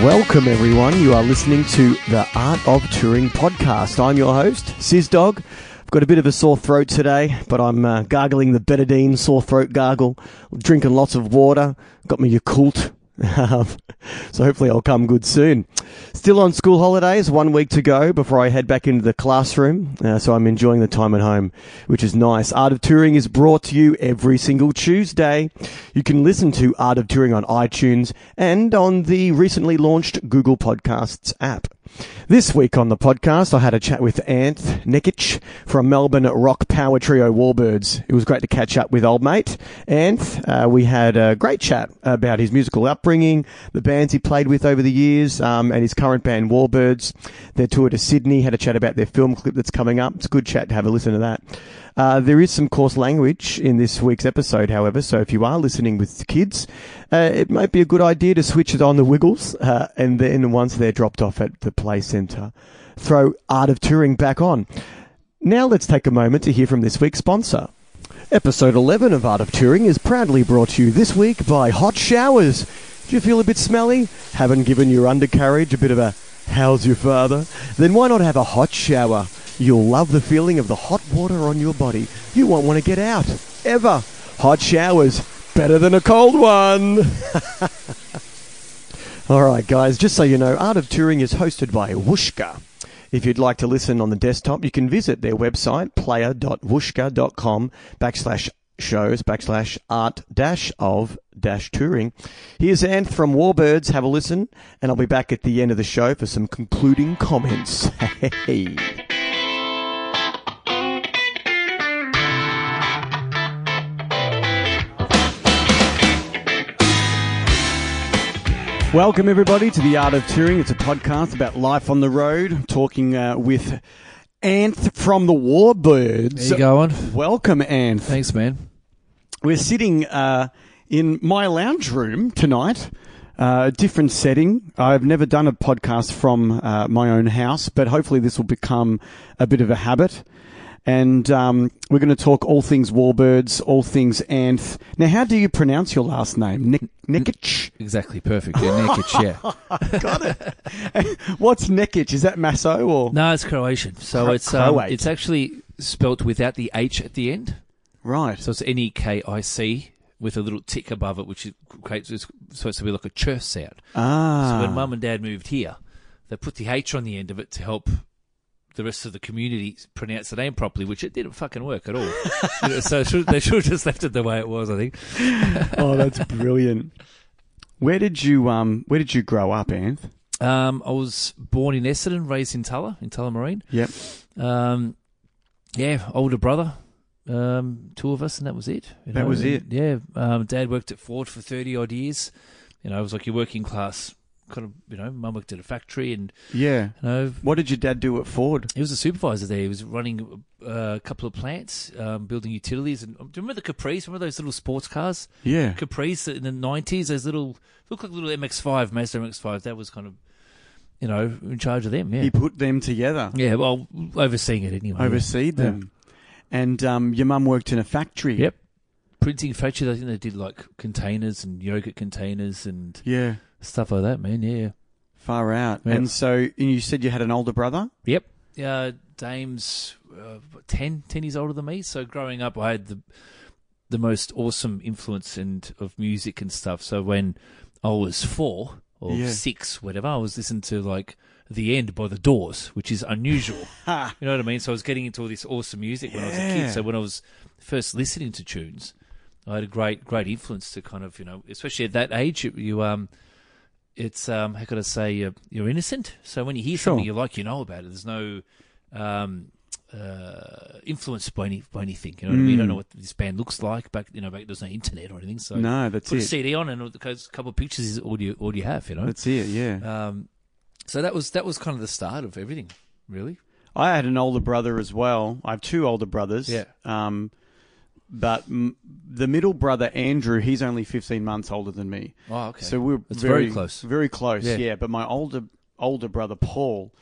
Welcome, everyone. You are listening to the Art of Touring podcast. I'm your host, Sizz Dog. I've got a bit of a sore throat today, but I'm uh, gargling the betadine sore throat gargle, drinking lots of water, got me Yakult. Um, so hopefully I'll come good soon. Still on school holidays, one week to go before I head back into the classroom. Uh, so I'm enjoying the time at home, which is nice. Art of Touring is brought to you every single Tuesday. You can listen to Art of Touring on iTunes and on the recently launched Google Podcasts app. This week on the podcast, I had a chat with Anth Nekic from Melbourne rock power trio Warbirds. It was great to catch up with old mate Anth. Uh, we had a great chat about his musical upbringing, the bands he played with over the years, um, and his current band Warbirds. Their tour to Sydney, had a chat about their film clip that's coming up. It's a good chat to have a listen to that. Uh, there is some coarse language in this week's episode, however, so if you are listening with kids, uh, it might be a good idea to switch it on the Wiggles, uh, and then once they're dropped off at the play centre, throw Art of Touring back on. Now let's take a moment to hear from this week's sponsor. Episode 11 of Art of Touring is proudly brought to you this week by Hot Showers. Do you feel a bit smelly? Haven't given your undercarriage a bit of a how's your father? Then why not have a hot shower? You'll love the feeling of the hot water on your body. You won't want to get out, ever. Hot showers, better than a cold one. All right, guys, just so you know, Art of Touring is hosted by Wooshka. If you'd like to listen on the desktop, you can visit their website, player.wooshka.com backslash shows backslash art dash of dash touring. Here's Anth from Warbirds. Have a listen, and I'll be back at the end of the show for some concluding comments. Hey. Welcome, everybody, to The Art of Touring. It's a podcast about life on the road, talking uh, with Anth from the Warbirds. There you going? Welcome, Anth. Thanks, man. We're sitting uh, in my lounge room tonight. Uh, different setting. I've never done a podcast from uh, my own house, but hopefully this will become a bit of a habit. And um, we're going to talk all things warbirds, all things anth. Now, how do you pronounce your last name? Nik- Nikic? Exactly perfect. Yeah, Nikic, yeah. What's Nikic? Is that Maso or No, it's Croatian. So Cro- it's um, Croat. it's actually spelt without the H at the end. right? So it's N E K I C with a little tick above it, which is creates it's supposed to be like a chur sound. So when ah, mum and dad moved here, they put the H on the end of it to help the rest of the community pronounce the name properly, which it didn't fucking work at all. You know, so it should, they should have just left it the way it was, I think. oh, that's brilliant. Where did you um? Where did you grow up, Anth? Um, I was born in Essendon, raised in Tulla, in Tullamarine. Yep. Um, yeah, older brother, um, two of us, and that was it. you That was it. Yeah, um, dad worked at Ford for thirty odd years. You know, it was like your working class kind of. You know, mum worked at a factory, and Yeah. you know, What did your dad do at Ford? he was a supervisor there. He was running uh, a couple of plants, um, building utilities, and do you remember the Caprice? Remember those little sports cars, Yeah. Caprice in the nineties? Those little look like little MX-5, Mazda MX-5. That was kind of, you know, in charge of them. Yeah, He put them together, yeah. Well, overseeing it anyway. overseed Yeah. them. And um, your mum worked in a factory. Yep. printing factory. I think they did like containers and yogurt containers and Yeah. stuff like that, man. Yeah. Far out. Yep. And so and you said you had an older brother? Yep. Yeah. Uh, Dame's uh, 10, 10 years older than me. So growing up, I had the the most awesome influence and of music and stuff. So when I was four or Yeah. six, whatever, I was listening to like The End by The Doors, which is unusual. Ha. You know what I mean? So I was getting into all this awesome music when I was a Yeah. kid. So when I was first listening to tunes, I had a great, great influence to kind of, you know, especially at that age, you, you um, it's um, how could I say, you're, you're innocent. So when you hear Sure. something you like, you know about it. There's no um, uh, influence by any by anything. You know what I mean? You don't know what this band looks like back. You know, back there's no internet or anything. So Mm. No, that's put a it. CD on and a couple of pictures is all you all you have. You know. That's it, yeah. Um, so that was that was kind of the start of everything, really. I had an older brother as well. I have two older brothers. Yeah. Um, but m- the middle brother Andrew, he's only 15 months older than me. Oh, okay. So we were That's very, very close. very close. Yeah. Yeah. but my older older brother Paul,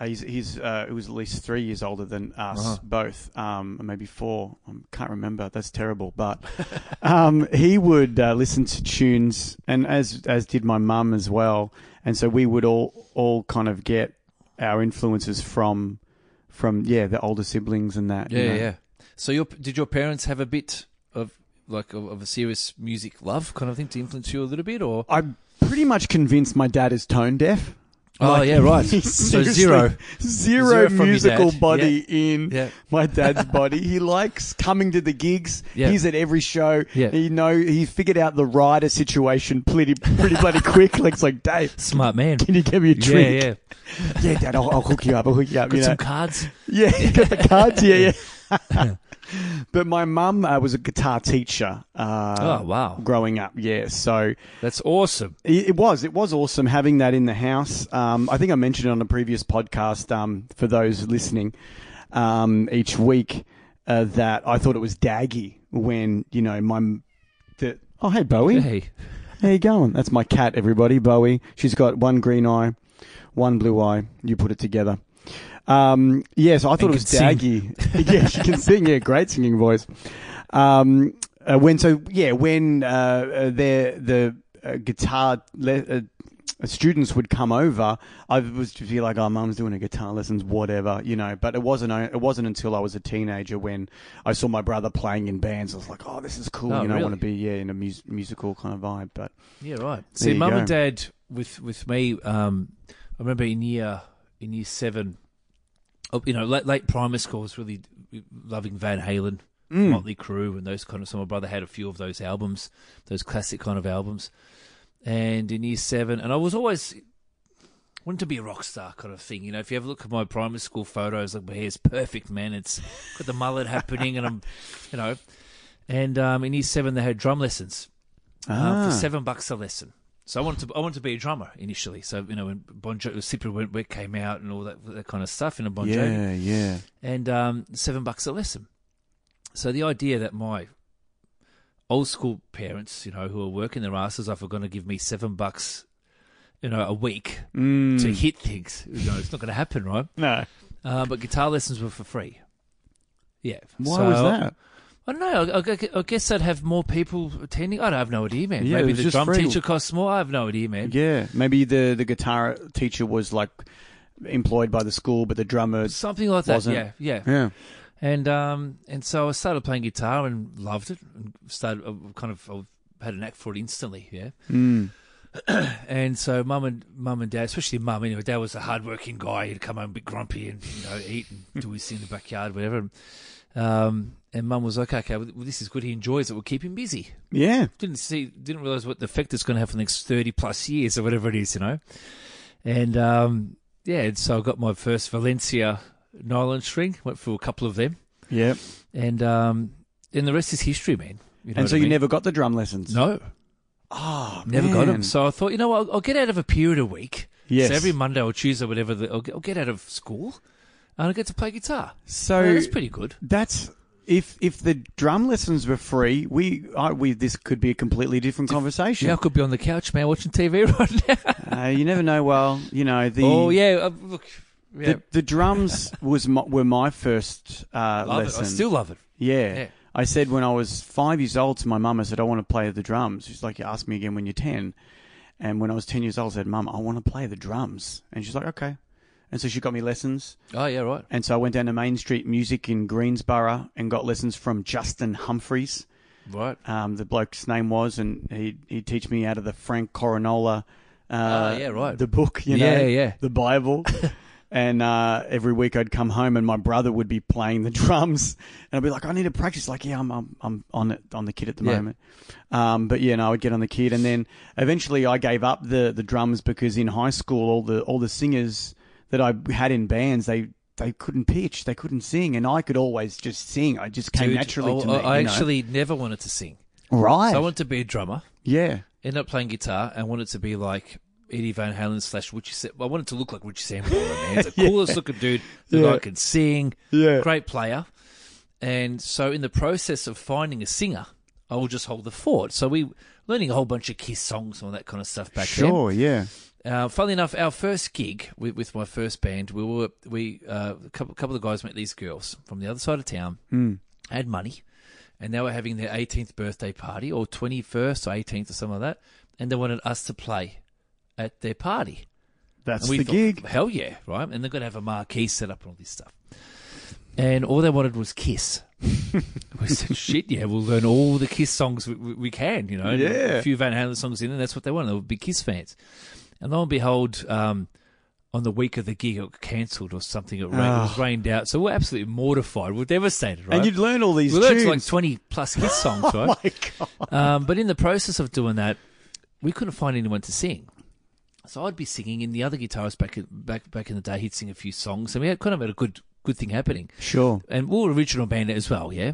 uh, he's he's uh, he was at least three years older than us Uh-huh. both, um, maybe four. I can't remember. That's terrible. But um, he would uh, listen to tunes, and as as did my mum as well. and so we would all all kind of get our influences from from yeah the older siblings and that. you Yeah, know. yeah. So, your did your parents have a bit of like of, of a serious music love kind of thing to influence you a little bit, or I'm pretty much convinced my dad is tone deaf. oh Like, yeah, right. he So seriously- zero. zero Zero from your musical dad. body in Yeah. my dad's body. He likes coming to the gigs. Yeah. He's at every show. Yeah. He know he figured out the rider situation pretty pretty bloody quick. Like, it's like Dave, Smart man. can you give me a Yeah, drink? yeah. yeah. Dad, I'll, I'll hook you up. I'll hook you up. Got you know. some cards. Yeah, you got the cards. Yeah, yeah. but my mum uh, was a guitar teacher. Uh, Oh, wow. Growing up, yeah. So That's awesome. it, it was it was awesome having that in the house. Um, I think I mentioned it on a previous podcast um, for those listening um, each week uh, that I thought it was daggy when you know my m- the, oh hey Bowie Hey, how you going? That's my cat, everybody, Bowie. She's got one green eye, one blue eye. You put it together. Um, yeah, so I thought And it was can daggy. yeah, she can sing. Yeah, great singing voice. Um, uh, when so yeah, when uh, uh, their the uh, guitar le- uh, students would come over, I was to be like, "Oh, mum's doing her guitar lessons, whatever," you know. But it wasn't o- it wasn't until I was a teenager when I saw my brother playing in bands. I was like, "Oh, this is cool," Oh, you know. I really? want to be yeah in a mus- musical kind of vibe, but. yeah, right. There See, you mum go. and dad with with me. Um, I remember in year in year seven, oh, you know, late, late primary school I was really loving Van Halen, Mm. Hmm. Motley Crue, and those kind of. So my brother had a few of those albums, those classic kind of albums. And in year seven, and I was always wanted to be a rock star kind of thing. You know, if you ever look at my primary school photos, like my hair's perfect, man. It's got the mullet happening, and I'm, you know, and um, in year seven they had drum lessons uh, Ah. for seven bucks a lesson. So I wanted to I wanted to be a drummer initially. So you know when Bon Jovi, Slippery When Wet came out and all that that kind of stuff in a Bon Jovi, yeah, yeah. and um, seven bucks a lesson. So the idea that my old school parents, you know, who are working their asses off, are going to give me seven bucks, you know, a week Mm. to hit things, you know, it's not going to happen, right? No. Uh, but guitar lessons were for free. Yeah. Why So- was that? I don't know. I- I, I guess I'd have more people attending. I don't have no idea, man. Yeah, it Maybe was the just drum free. teacher costs more. I have no idea, man. Yeah, maybe the the guitar teacher was like employed by the school, but the drummer. Something like that. Wasn't- Yeah, yeah. Yeah. And um, and so I started playing guitar and loved it and started I kind of I had a knack for it instantly. Yeah. Mm. And so mum and mum and dad, especially mum, anyway, dad was a hardworking guy. He'd come home a bit grumpy and you know eat and do his thing in the backyard, whatever. Um, and mum was like, okay, well, this is good. He enjoys it. We'll keep him busy. Yeah. didn't see didn't realize what the effect it's going to have for the next 30 plus years or whatever it is you know and um yeah and so i got my first valencia nylon string went through a couple of them Yeah. and um and the rest is history man you And know what so I you mean? never got the drum lessons. no Oh, never got man. them so i thought you know what, I'll, I'll get out of a period a week Yes. so every monday or tuesday whatever the, I'll, get, I'll get out of school and i'll get to play guitar So Yeah, that's pretty good that's- if if the drum lessons were free, we I, we this could be a completely different conversation. yeah, I could be on the couch, man, watching TV right now. Uh, you never know. Well, you know the oh yeah, uh, look, yeah, the, the drums was my, were my first uh, love lesson. it. I still love it. Yeah. Yeah. I said when I was five years old to my mum, I said, I want to play the drums. She's like, You asked me again when you're 10. And when I was 10 years old, I said, Mum, I want to play the drums. And she's like, Okay. And so she got me lessons. Oh yeah, right. And so I went down to Main Street Music in Greensborough and got lessons from Justin Humphreys. Right. Um, the bloke's name was, and he he'd teach me out of the Frank Coronola. Uh, Ah, yeah, right. The book, you know, Yeah, yeah. the Bible. and uh, every week I'd come home, and my brother would be playing the drums, and I'd be like, "I need to practice." Like, yeah, I'm I'm, I'm on it on the kid at the Yeah. moment. Um, but yeah, no, I would get on the kid, and then eventually I gave up the the drums because in high school all the all the singers that I had in bands they. They couldn't pitch, they couldn't sing, and I could always just sing. I just came Dude, oh, naturally I, to me. I you know? actually never wanted to sing. right? So I wanted to be a drummer. yeah, Ended up playing guitar and wanted to be like Eddie Van Halen slash Richie. Sa- I wanted to look like Richie Sambora. Man, He's the coolest looking dude that Yeah. I could sing. Yeah. great player. And so, in the process of finding a singer, I will just hold the fort. So we learning a whole bunch of Kiss songs and all that kind of stuff back then. Sure, yeah. Uh, funnily enough, our first gig with, with my first band, we were we uh, a couple, couple of the guys met these girls from the other side of town, had money, and they were having their 18th birthday party or 21st or 18th or something like that, and they wanted us to play at their party. That's And we the thought, gig. Hell yeah, right? And they're going to have a marquee set up and all this stuff. And all they wanted was Kiss. we said, shit, yeah, we'll learn all the Kiss songs we, we, we can, you know? and Yeah. A few Van Halen songs in, and that's what they wanted. They were big Kiss fans. And lo and behold, um, on the week of the gig, it got cancelled or something. It, rained, it was rained out. So we're absolutely mortified. We're devastated, right? Ah. And you'd learn all these we learned like tunes. 20 plus Kiss songs, right? my God. Um, but in the process of doing that, we couldn't find anyone to sing. So I'd be singing, and the other guitarist back back back in the day, he'd sing a few songs, and we had kind of had a good good thing happening. Sure. And we were original band as well, yeah.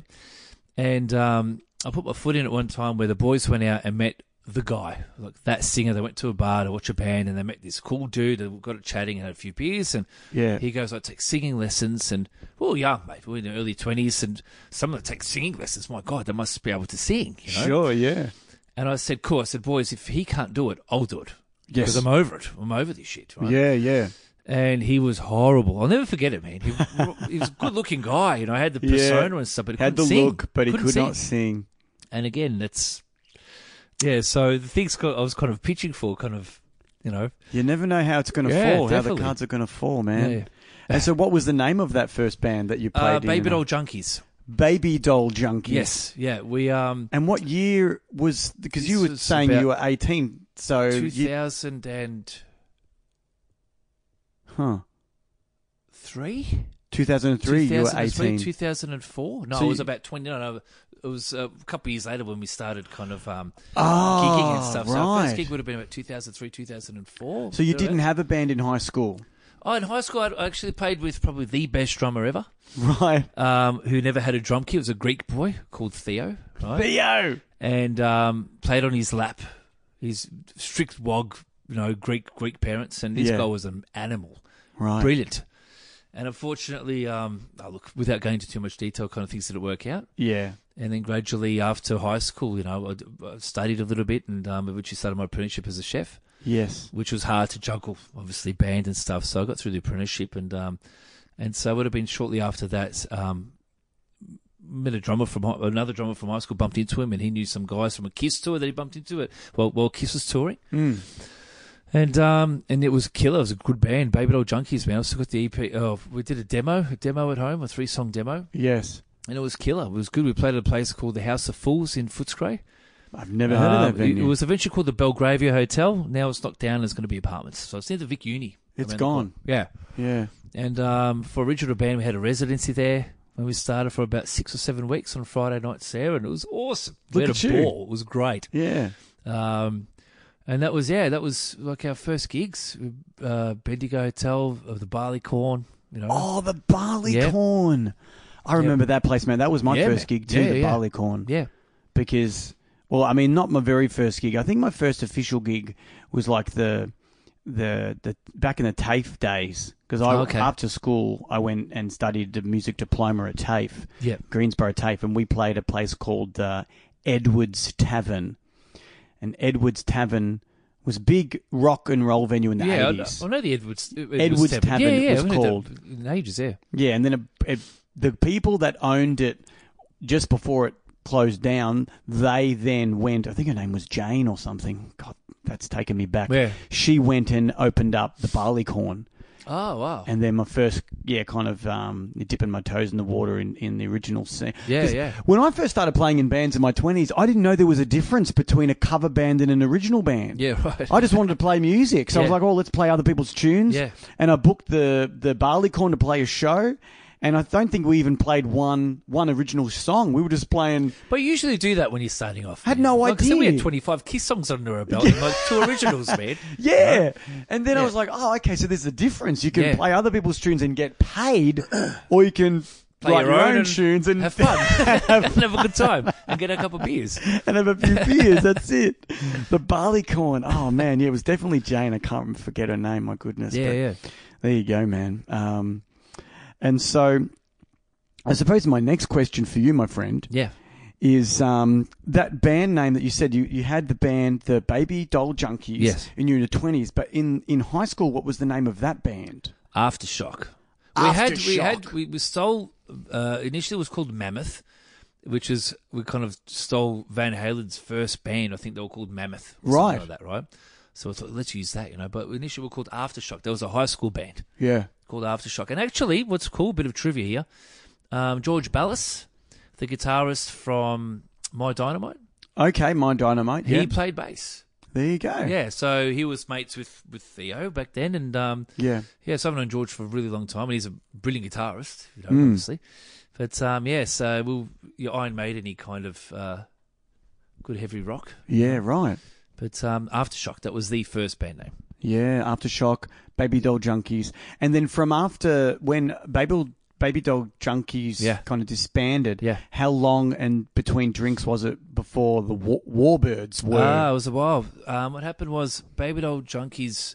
And um, I put my foot in at one time where the boys went out and met the guy, like that singer. They went to a bar to watch a band, and they met this cool dude, and we got it chatting and had a few beers, and Yeah. he goes, I take singing lessons, and we were young, mate, we were in the early twenties, and someone that takes singing lessons, my God, they must be able to sing, you know? Sure, yeah. And I said, cool. I said, boys, if he can't do it, I'll do it. Yes. Because I'm over it. I'm over this shit. Right? Yeah, yeah. And he was horrible. I'll never forget it, man. He, he was a good looking guy. You know, had the Yeah. persona and stuff, but he Had the couldn't sing. look, but he Couldn't could sing. not sing. And again, that's. Yeah, so the things got, I was kind of pitching for, kind of, you know. You never know how it's going to Yeah, fall, how definitely. the cards are going to fall, man. Yeah. And so, what was the name of that first band that you played Uh, in? Baby Doll Junkies. Baby Doll Junkies. Yes. Yeah, we. um And what year was because you This were was saying about you were eighteen? So you, 2003? huh? Two thousand and three. You were 2003, eighteen. 2004? No, So it was you- about 20. No, no, it was a couple of years later when we started kind of um, gigging Oh, and stuff. So our first right. gig would have been about 2003, 2004. So you didn't have a band in high school, Oh, in high school, I'd- I actually played with probably the best drummer ever, right? um, who never had a drum kit. It was a Greek boy called Theo, right? Theo. and um, played on his lap. His strict wog, you know, Greek Greek parents, and this Yeah. guy was an animal. Right. Brilliant. And unfortunately, um, oh, look, without going into too much detail, kind of things didn't work out. Yeah. And then gradually after high school, you know, I, I studied a little bit and um, which started my apprenticeship as a chef, Yes. which was hard to juggle, obviously band and stuff. So I got through the apprenticeship and um, and so it would have been shortly after that. Um, met a drummer from hi- another drummer from high school, bumped into him, and he knew some guys from a Kiss tour that he bumped into it. Well, well, Kiss was touring. Mm. And um and it was killer. It was a good band, Baby Doll Junkies. Man, I still got the EP. Oh, we did a demo, a demo at home, a three song demo, Yes. and it was killer. It was good. We played at a place called the House of Fools in Footscray. I've never heard of Um, that it, venue. it was eventually called the Belgravia Hotel. Now it's knocked down. and It's going to be apartments. So it's near the Vic Uni. It's around the gone. corner. Yeah. yeah. And um, for original band, we had a residency there when we started for about six or seven weeks on Friday nights there, and it was awesome. we Look had at a you. ball. It was great. Yeah. Um, and that was yeah, that was like our first gigs. Uh, Bendigo Hotel of the Barley Corn, you know. Oh, the barley Yeah. corn. I remember that place, man. That was my Yeah, first man. gig too, Yeah, the yeah. barley corn. Yeah, because well, I mean, not my very first gig. I think my first official gig was like the the the back in the TAFE days because I Okay. after school I went and studied a music diploma at TAFE, yeah. Greensboro TAFE, and we played a place called uh, Edwards Tavern, and Edwards Tavern was a big rock and roll venue in the yeah, I, eighties. I know the Edwards Edwards, Edwards Tavern, Yeah, it yeah, was I've heard that called. in ages. Yeah, Yeah, and then it, it, the people that owned it just before it closed down, they then went. I think her name was Jane or something. God, that's taken me back. Yeah. She went and opened up the Barleycorn, Oh wow. and then my first, yeah, kind of um, dipping my toes in the water in, in the original scene. Yeah, 'Cause yeah. When I first started playing in bands in my twenties, I didn't know there was a difference between a cover band and an original band. yeah, right. I just wanted to play music. So I was Yeah. like, oh, let's play other people's tunes. Yeah. And I booked the, the Barleycorn to play a show. And I don't think we even played one one original song. We were just playing. But you usually do that when you're starting off. Had man. no like I said, we had idea. 25 Kiss songs under our belt and like two originals, man. Yeah. And then I Yeah. was like, oh, okay, so there's a difference. You can Yeah. play other people's tunes and get paid, or you can Play write your your own own, and tunes and Have fun. have a good time and get a couple of beers. and have a few beers. That's it. The Barleycorn. Oh, man. Yeah, it was definitely Jane. I can't forget her name. My goodness. Yeah, But- yeah. There you go, man. Um, and so, I suppose my next question for you, my friend, Yeah. is um, that band name that you said you, you had the band, the Baby Doll Junkies, Yes. and you were in your twenties. But in in high school, what was the name of that band? Aftershock. We had we had Aftershock. we, we stole uh, initially it was called Mammoth, which is we kind of stole Van Halen's first band. I think they were called Mammoth, or something Right. Like that right. So I thought, let's use that, you know. But initially, we were called Aftershock. There was a high school band Yeah. called Aftershock. And actually, what's cool, bit of trivia here um, George Ballas, the guitarist from My Dynamite, Okay, Mind Dynamite. he Yeah. played bass. there you go. Yeah, so he was mates with, with Theo back then. And um, Yeah. yeah, so I've known George for a really long time, and he's a brilliant guitarist, you know, Mm. obviously. But um, yeah, so we'll, your Iron Maiden, he kind of uh, good heavy rock. Yeah, right. But um, Aftershock, that was the first band name. Yeah, Aftershock, Baby Doll Junkies. And then from after when Baby Baby Doll Junkies Yeah. kind of disbanded, Yeah. how long and between drinks was it before the wa- Warbirds were? Ah, it was a while. Um, what happened was Baby Doll Junkies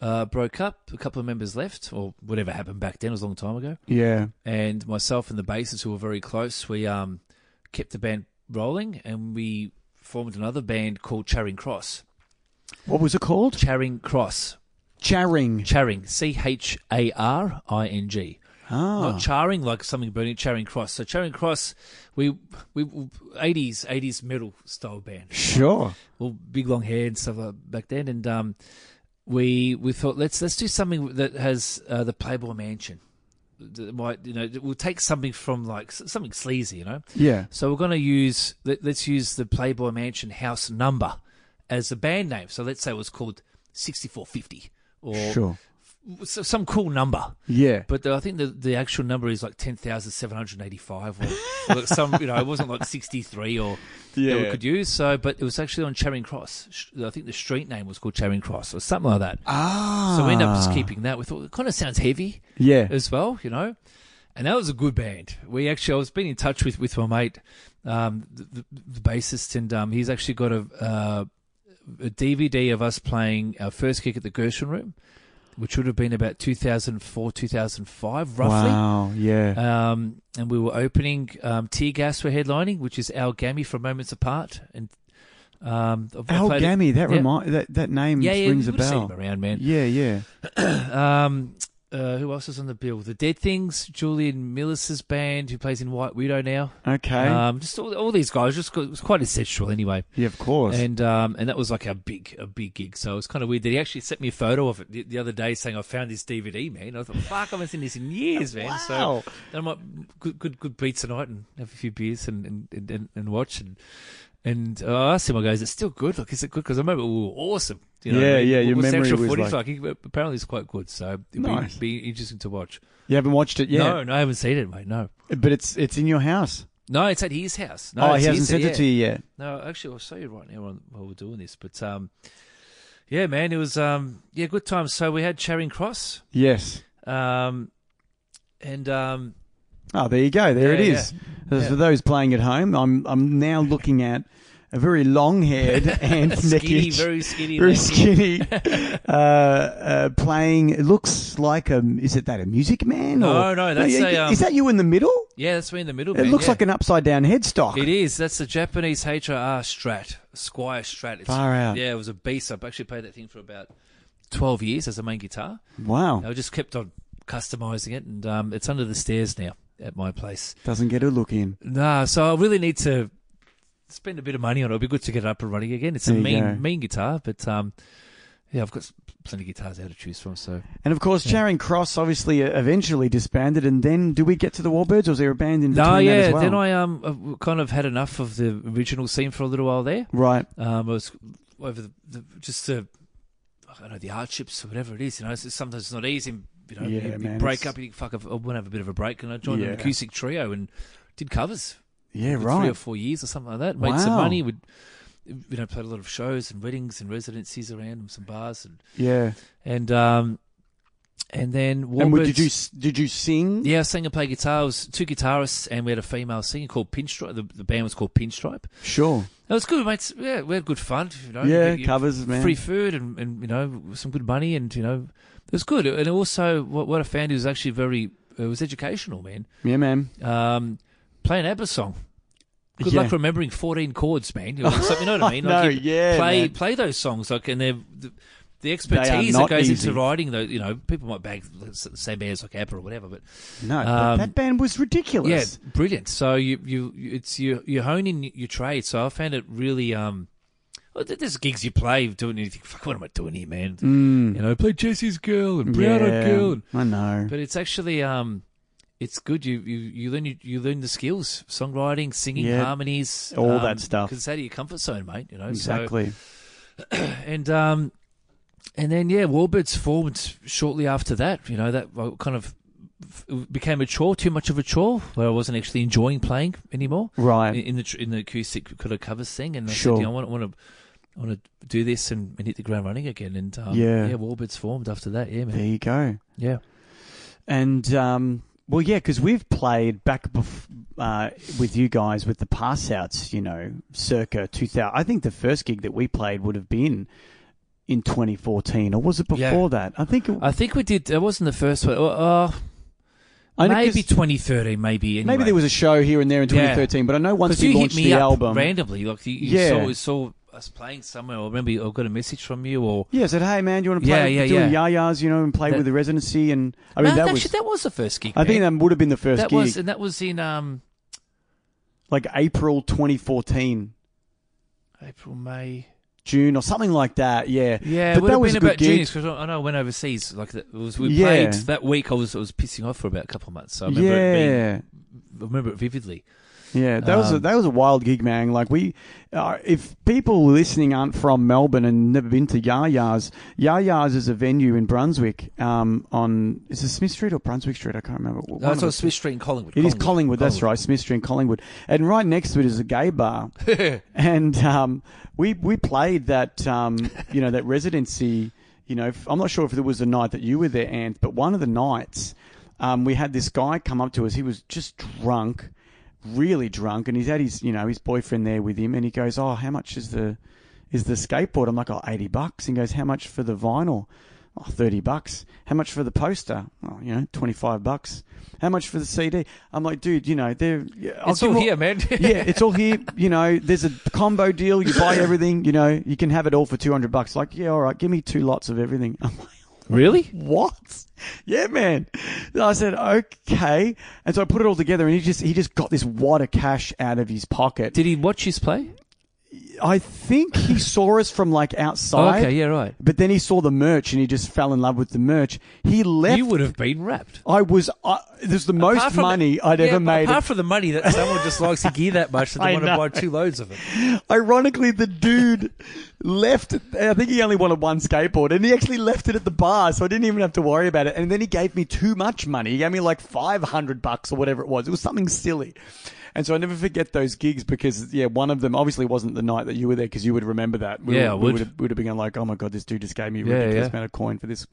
uh, broke up. A couple of members left, or whatever happened back then. It was a long time ago. yeah. And myself and the bassist, who were very close, we um, kept the band rolling, and we formed another band called Charing Cross. What was it called? Charing Cross. Charing. Charing. C H A R I N G. Ah. Not charring like something burning. Charing Cross. So Charing Cross, we we eighties eighties metal style band. Sure. well, big long hair and stuff like back then, and um, we we thought let's let's do something that has uh, the Playboy Mansion. That might you know we'll take something from like s- something sleazy, you know. Yeah. So we're going to use let, let's use the Playboy Mansion house number as a band name. So let's say it was called sixty four fifty or Sure. s some cool number. Yeah. But the, I think the, the actual number is like 10,785 or, or some, you know, it wasn't like 63 or that we Yeah. could use. So, but it was actually on Charing Cross. Sh- I think the street name was called Charing Cross or something like that. ah. So we ended up just keeping that. We thought it kind of sounds heavy Yeah. as well, you know. And that was a good band. We actually, I was been in touch with, with my mate, um, the, the, the bassist, and um, he's actually got a, uh, a DVD of us playing our first gig at the Gershon Room, which would have been about 2004, 2005, roughly. Wow. Yeah. Um, and we were opening um, Tear Gas were headlining, which is Al Gammy from Moments Apart, and um, I Al played it- Gammy. That yeah. remind that that name yeah, yeah, rings a you would have seen bell. him around, man. Yeah. Yeah. Um, uh, who else is on the bill? The Dead Things, Julian Millis's band, who plays in White Widow now. Okay. Um, just all, all these guys, just got, it was quite essential anyway. yeah. Of course. And um, and that was like a big a big gig. So it was kind of weird that he actually sent me a photo of it the, the other day, saying I found this DVD, man. I thought, fuck, I haven't seen this in years, man. So wow. then I might good good good beat tonight and have a few beers and and and- and, and watch and and I asked him, I go, is it still good? Like, is it good? Because I remember we were awesome. You know what Yeah, I mean? yeah, your What's the memory actual was footage like- It- Apparently, it's quite good. So it'd be- Nice. be, interesting to watch. You haven't watched it yet. No, no, I haven't seen it, mate. No, But it's it's in your house. no, it's at his house. No, oh, it's he hasn't his- sent yeah. it to you yet. No, actually, I'll show you right now on- while we're doing this. But um, yeah, man, it was um, yeah, good time. So we had Charing Cross, Yes. um, and um, Oh, there you go. There Yeah, it is. So Yeah. For those playing at home, I'm I'm now looking at a very long-haired and skinny, naked, very skinny, very lanky. skinny, uh, uh, playing. It looks like a. Is it that a music man? No, or, no, that's yeah, a, um, is that you in the middle? Yeah, that's me in the middle. It man, looks yeah. like an upside-down headstock. It is. That's the Japanese HRR Strat, Squire Strat. It's, Far out. Yeah, it was a beast. I've actually played that thing for about 12 years as a main guitar. Wow, I just kept on customizing it, and um, it's under the stairs now at my place. doesn't get a look in. Nah, so I really need to spend a bit of money on it. It'll be good to get it up and running again. It's a There you mean, go. mean guitar, but um, yeah, I've got s- plenty of guitars out to choose from. So And of course, Charing Cross obviously uh, eventually disbanded. And then, do we get to the Warbirds, or was there a band in between no, that yeah. as well? Then I um I've kind of had enough of the original scene for a little while there. right. Um, I was over the, the just the I don't know the hardships or whatever it is. You know, it's, sometimes it's not easy. You know, Yeah, you, you man, break it's- up, you think, fuck. I've- I want to have a bit of a break, and I joined Yeah. an acoustic trio and did covers Yeah, for right. three or four years or something like that. Made some Wow. money. Would you know played a lot of shows and weddings and residencies around and some bars and yeah. and um and then Warbirds, And would, did you s- did you sing? yeah, I sang and played guitar. It was two guitarists, and we had a female singer called Pinstripe. The, the band was called Pinstripe. Sure. It was good, mates. Yeah, we had good fun. You know, Yeah, You- covers, man. free food and, and you know some good money and you know it was good and also what, what I found was actually very it was educational man Yeah, man. um play an ABBA song good Yeah. luck remembering 14 chords man you know, so- you know what I mean No, you yeah, play man. play those songs like and they're the, the expertise not that goes easy. into writing though you know people might bag the s- same bands like ABBA or whatever but No, but Um, that band was ridiculous. yeah, brilliant. So you you you- it's you you hone in your trade. So I found it really um oh, th- there's gigs you play doing anything. Fuck, what am I doing here, man? Mm. You know, play Jesse's girl and Brown Eyed girl. And, I know. but it's actually um, it's good. You you you learn you, you learn the skills, songwriting, singing, Yeah. harmonies, All that stuff. Because it's out of your comfort zone, mate. You um, know So, Exactly. and um, and then yeah, Warbirds formed shortly after that. You know that uh, kind of it became a chore, too much of a chore, where I wasn't actually enjoying playing anymore in, right. in the tr- in the acoustic kind of covers thing. And I Sure. said, you know, I want, want to want to do this and, and hit the ground running again. And um, Yeah. yeah, Warbirds formed after that. Yeah, There man. you go. Yeah, And um, well, yeah, because we've played back bef- uh, with you guys with the pass outs, you know, circa 2000. I think the first gig that we played would have been in 2014, or was it before Yeah. Uh, that? I think it, I think we did. That wasn't the first one. Uh, I uh, know 'cause maybe 2013, maybe. Anyway. maybe there was a show here and there in Yeah. 2013, but I know once Because you, you launched hit me the up album. randomly. Like you, you Yeah. saw, saw us playing somewhere. Or remember, I got a message from you or. yeah, I said, hey man, do you want to Yeah, play? yeah, do yeah. Yayas, you know, and play That- with the residency, and I mean No, that actually, was. that was the first gig. I think man. that would have been the first that gig, was, and that was in um, like April 2014, April, May. June or something like that. Yeah, But Yeah, it would that have was been a good about gig. juniors because I I know I went overseas. Like that was we Yeah. played that week. I was I was pissing off for about a couple of months. So I remember it being, yeah. I remember it vividly. Yeah, that was a, Um, that was a wild gig, man. Like we, uh, if people listening aren't from Melbourne and never been to Yaya's, Yaya's is a venue in Brunswick. Um, on is it Smith Street or Brunswick Street? I can't remember. One No, it's of on the- Smith Street in Collingwood. It is Collingwood, That's right, Smith Street in Collingwood, and right next to it is a gay bar. and um, we we played that um, you know that residency. You know, f- I'm not sure if it was the night that you were there, Ant, but one of the nights um, we had this guy come up to us. He was just drunk, really drunk, and he's had his you know his boyfriend there with him, and he goes, "Oh, how much is the is the skateboard?" I'm like, "Oh, 80 bucks." And he goes, "How much for the vinyl?" Oh, 30 bucks. How much for the poster? Oh, you know, 25 bucks. How much for the CD? I'm like, dude, you know, they're. yeah, I'll It's all give Oh, you- here, man. yeah, it's all here. You know, there's a combo deal. You buy everything. You know, you can have it all for two hundred bucks. Like, yeah, all right, give me two lots of everything. I'm like, really? what? Yeah, man. And I said okay, and so I put it all together, and he just he just got this wad of cash out of his pocket. Did he watch his play? I think he saw us from like Oh, outside. okay, yeah, right. But then he saw the merch, and he just fell in love with the merch. He left. You would have been wrapped. I was. I this is the Apart most from money the- I'd yeah, ever but made. Apart from the money that someone just likes to gear that much that I they want know. to buy two loads of it. Ironically, the dude left. I think he only wanted one skateboard, and he actually left it at the bar, so I didn't even have to worry about it. And then he gave me too much money. He gave me like five hundred bucks or whatever it was. It was something silly, and so I never forget those gigs because yeah, one of them obviously wasn't the night that you were there because you would remember that. We Yeah, I we would. have, would have been going like, oh my god, this dude just gave me a Yeah, ridiculous yeah. amount of coin for this.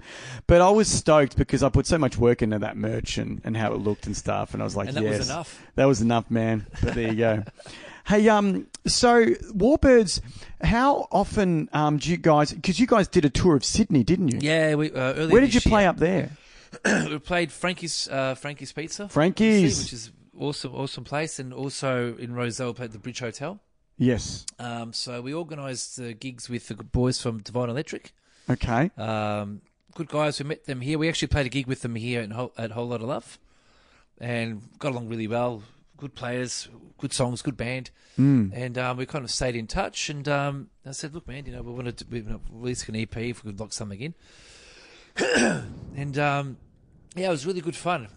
But I was stoked because I put so much work into that merch and, and how it looked and stuff, and I was like, And that was yes, enough. that was enough, man. But there you go. hey, um, so Warbirds, how often um do you guys? Because you guys did a tour of Sydney, didn't you? Yeah, we, uh, earlier Where did you this play year, up there? We played Frankie's uh, Frankie's Pizza. Frankie's. which is awesome, awesome place, and also in Roselle we played the Bridge Hotel. Yes. Um, so we organised uh, gigs with the boys from Divine Electric. Okay. Um, good guys. We met them here. We actually played a gig with them here in Whole, at Whole Lot of Love, and got along really well. Good players, good songs, good band, mm. and um, we kind of stayed in touch. And um, I said, "Look, man, you know, we wanted to we wanna release an EP if we could lock something in." and um, yeah, it was really good fun.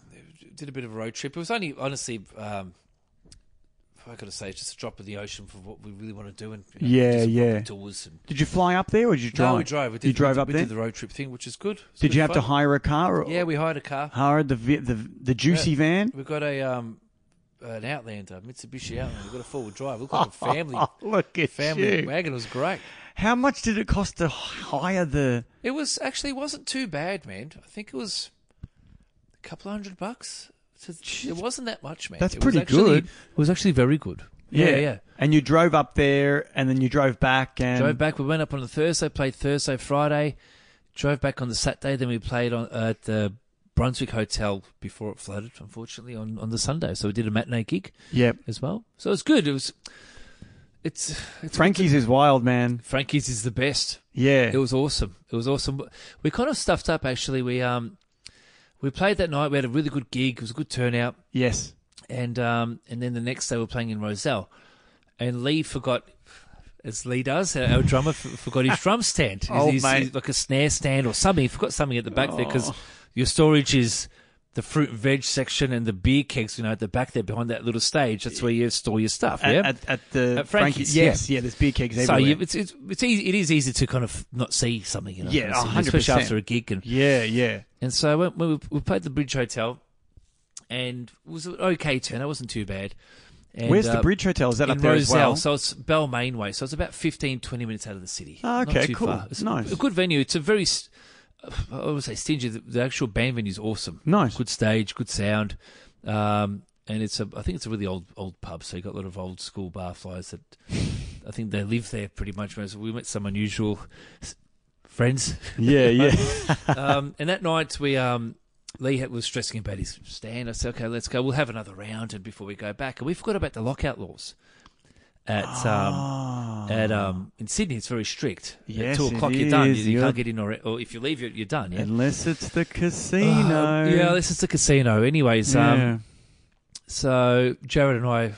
Did a bit of a road trip. It was only honestly. Um, I gotta say, it's just a drop of the ocean for what we really want to do, and you know, Yeah, just yeah. tours and Did you fly up there, or did you drive? no, we drove. We did, you drove we, up we there. did the road trip thing, which is good. It's did good you have to fun. hire a car? Or Yeah, we hired a car. Hired the vi- the the juicy van. We've got a um, an Outlander, Mitsubishi Outlander. We've got a four-wheel drive. Look like a family Oh, Look at family you. wagon. It was great. How much did it cost to hire the? It was actually it wasn't too bad, man. I think it was a couple of hundred bucks. So It wasn't that much, man. That's It was pretty actually- good. It was actually very good. Yeah, yeah. And you drove up there, and then you drove back, and Drove back. We went up on a Thursday, played Thursday, Friday. Drove back on the Saturday. Then we played on uh, at the Brunswick Hotel before it flooded. Unfortunately, on on the Sunday. So we did a matinee gig. Yep. as well. So it's good. It was. It's, it's Frankie's is wild, man. Frankie's is the best. Yeah. It was awesome. It was awesome. We kind of stuffed up actually. We um, we played that night. We had a really good gig. It was a good turnout. yes. And um, and then the next day we we're playing in Roselle, and Lee forgot. as Lee does. Our, our drummer f- forgot his drum stand. He's- Oh, he's- mate. he's like a snare stand or something. He forgot something at the back there 'cause Oh. there because your storage is the fruit and veg section and the beer kegs, you know, at the back there behind that little stage. That's where you store your stuff. At, yeah. at, at the At Frankie's, Yes, yeah. There's beer kegs so everywhere. you, it's, it's it's easy, it is easy to kind of not see something, you know, Yeah, especially 100%. after a gig and yeah, yeah. and so I went, we, we played the Bridge Hotel, and it was an okay turn. It wasn't too bad. And, Where's the uh, Bridge Hotel? Is that in up there Roselle, as well? so it's Balmain Way. So it's about 15, 20 minutes out of the city. Ah, Not okay, too cool. Far. It's Nice. a good venue. It's a very, s- I would say stingy. The, the actual band venue is awesome. Nice. Good stage, good sound, um, and it's a. I think it's a really old old pub. So you got a lot of old school barflies that I think they live there pretty much. Whereas we met some unusual s- friends Yeah, yeah. um, and that night we um, Lee had- was stressing about his stand. I said, "Okay, let's go. We'll have another round, and before we go back, and we forgot about the lockout laws at Ah. um, at um, in Sydney. It's very strict. Yes, at two it o'clock, you're done. You, is. you You're- can't get in, or, or if you leave, you're, you're done. Yeah, Unless it's the Uh, casino. yeah. This is the casino, anyways. Um, Yeah. so Jared and I,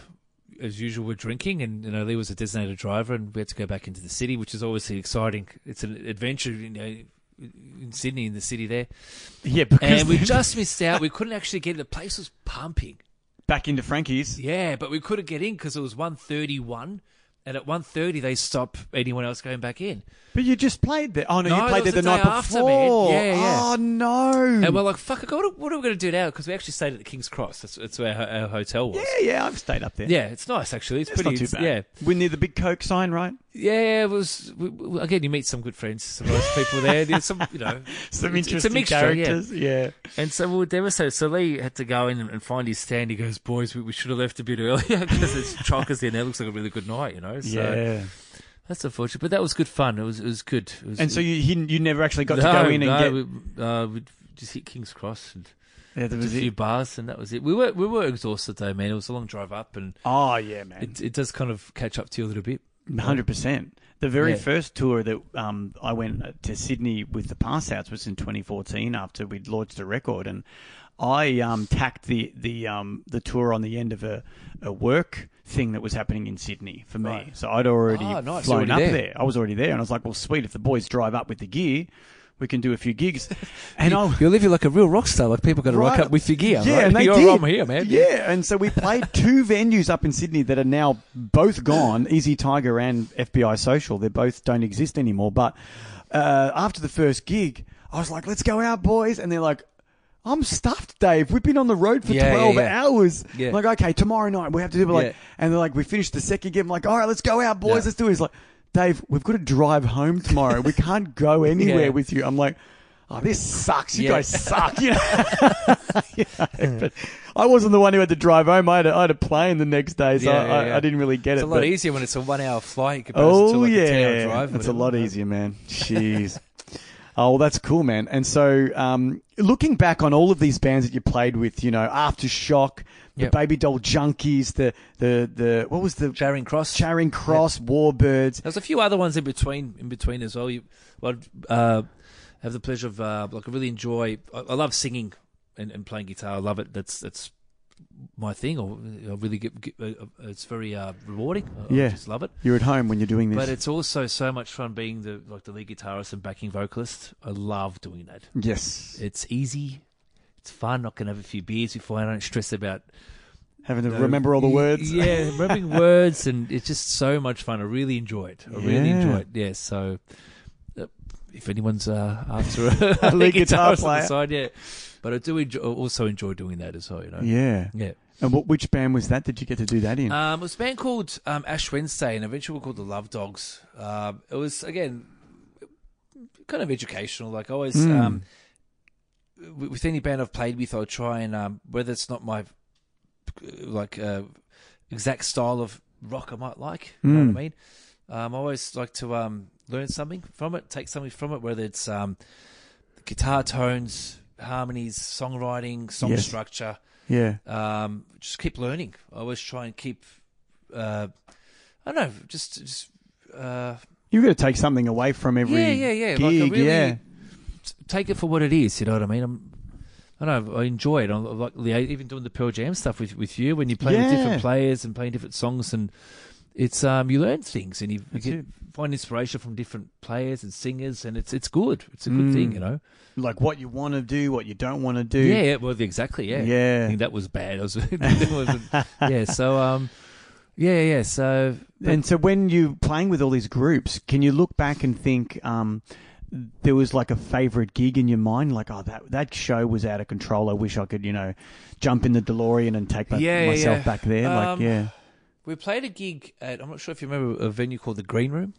as usual, were drinking, and you know Lee was a designated driver, and we had to go back into the city, which is obviously exciting. It's an adventure, you know, in Sydney, in the city there. yeah, because and we they're just missed out. We couldn't actually get in. The place was pumping. back into Frankie's. Yeah, but we couldn't get in because it was one thirty-one, and at one thirty they stop anyone else going back in. But you just played there. Oh no, No, you that played there was the the night day after, man. before. Yeah, yeah. Oh no. And we're like, "Fuck! What are, what are we going to do now?" Because we actually stayed at the King's Cross. That's, that's where our, our hotel was. yeah, yeah. I've stayed up there. Yeah, it's nice actually. It's, it's pretty. not too it's- bad. Yeah, we're near the big Coke sign, right? yeah. It was we, we- again. You meet some good friends, some nice people there. There's some, you know, Some It's- interesting it's a mixture, yeah. characters. Yeah. And so we were devastated. So Lee had to go in and find his stand. He goes, "Boys, we, we should have left a bit earlier because it's chockers there. Now it looks like a really good night, you know." So Yeah. That's unfortunate, but that was good fun. It was it was good. It was, And so you he, you never actually got No, to go in and no, get. we, uh, we just hit King's Cross and yeah, that did was a few it. bars, and that was it. We were we were exhausted though, man. It was a long drive up, and Oh yeah, man. it, it does kind of catch up to you a little bit. Hundred percent. The very Yeah. first tour that um, I went to Sydney with the Passouts was in 2014. After we'd launched the record, and I um, tacked the the um, the tour on the end of a, a work thing that was happening in Sydney for me. Right. So I'd already Ah, nice. flown Already up there. there. I was already there, and I was like, "Well, sweet. If the boys drive up with the gear, we can do a few gigs." And I oh, You're living like a real rock star. Like people got to Right. rock up with your gear. yeah, right? and they You're did. from here, man. Yeah, and so we played two venues up in Sydney that are now both gone. Easy Tiger and FBI Social, they both don't exist anymore. But uh, after the first gig, I was like, "Let's go out, boys," and they're like. I'm stuffed, Dave. We've been on the road for Yeah, yeah, 12 yeah. hours. Yeah. I'm like, okay, tomorrow night we have to do it. Like, Yeah. And they're like, we finished the second game. like, all right, let's go out, boys. Yeah. Let's do it. He's like, Dave, we've got to drive home tomorrow. we can't go anywhere Yeah. with you. I'm like, oh, this sucks. You Yeah. guys suck. You know? but I wasn't the one who had to drive home. I had a, I had a plane the next day, so Yeah, I, yeah, yeah. I, I didn't really get It's it. a lot but- easier when it's a one-hour flight compared Oh to like yeah, a ten-hour drive. it's a whatever. lot easier, man. Jeez. Oh, well, that's cool, man. And so, um, looking back on all of these bands that you played with, you know, Aftershock, the Yep. Baby Doll Junkies, the the the what was the Charing Cross. Charing Cross Warbirds? There's a few other ones in between, in between as well. You, well, uh, have the pleasure of uh, like I really enjoy. I, I love singing and, and playing guitar. I love it. That's that's my thing. Or I really get, get uh, it's very uh, rewarding. I, Yeah. I just love it. You're at home when you're doing this. But it's also so much fun being the like the lead guitarist and backing vocalist. I love doing that. yes, It's easy. It's fun. I can have a few beers before I don't stress about having to know, remember all the y- words. Yeah, remembering words, and it's just so much fun. I really enjoy it. I really Yeah. enjoy it. Yeah, so uh, if anyone's uh, after a, A lead guitar guitarist on player. the side, yeah. But I do enjoy, also enjoy doing that as well, you know. Yeah. Yeah. And what, which band was that? Did you get to do that in? Um, it was a band called um, Ash Wednesday, and eventually we called the Love Dogs. Um, it was again kind of educational. Like I always, Mm. um, w- with any band I've played with, I'll try and um, whether it's not my like uh, exact style of rock I might like. You know Mm. what I mean? Um, I always like to um, learn something from it, take something from it, whether it's um, guitar tones, harmonies, songwriting, song Yes. structure yeah. um, just keep learning. I always try and keep, uh, I don't know, just, just uh, You've got to take something away from every yeah, yeah, yeah. gig. like I really yeah. t- take it for what it is. You know what I mean? I'm, I don't know. I enjoy it. I like the, even doing the Pearl Jam stuff with, with you when you play with Yeah. different players and playing different songs, and it's um, you learn things and you, you That's get, it. find inspiration from different players and singers, and it's it's good. It's a good Mm. thing, you know. Like what you want to do, what you don't want to do. Yeah, yeah, well, exactly. Yeah, I Yeah. think that was bad. I was, that was- yeah. So um, yeah, yeah. So And so when you're playing with all these groups, can you look back and think um, there was like a favorite gig in your mind? Like, oh, that, that show was out of control. I wish I could, you know, jump in the DeLorean and take that, Yeah, yeah, myself yeah. back there. like, Um, yeah. we played a gig at I'm not sure if you remember a venue called the Green Room.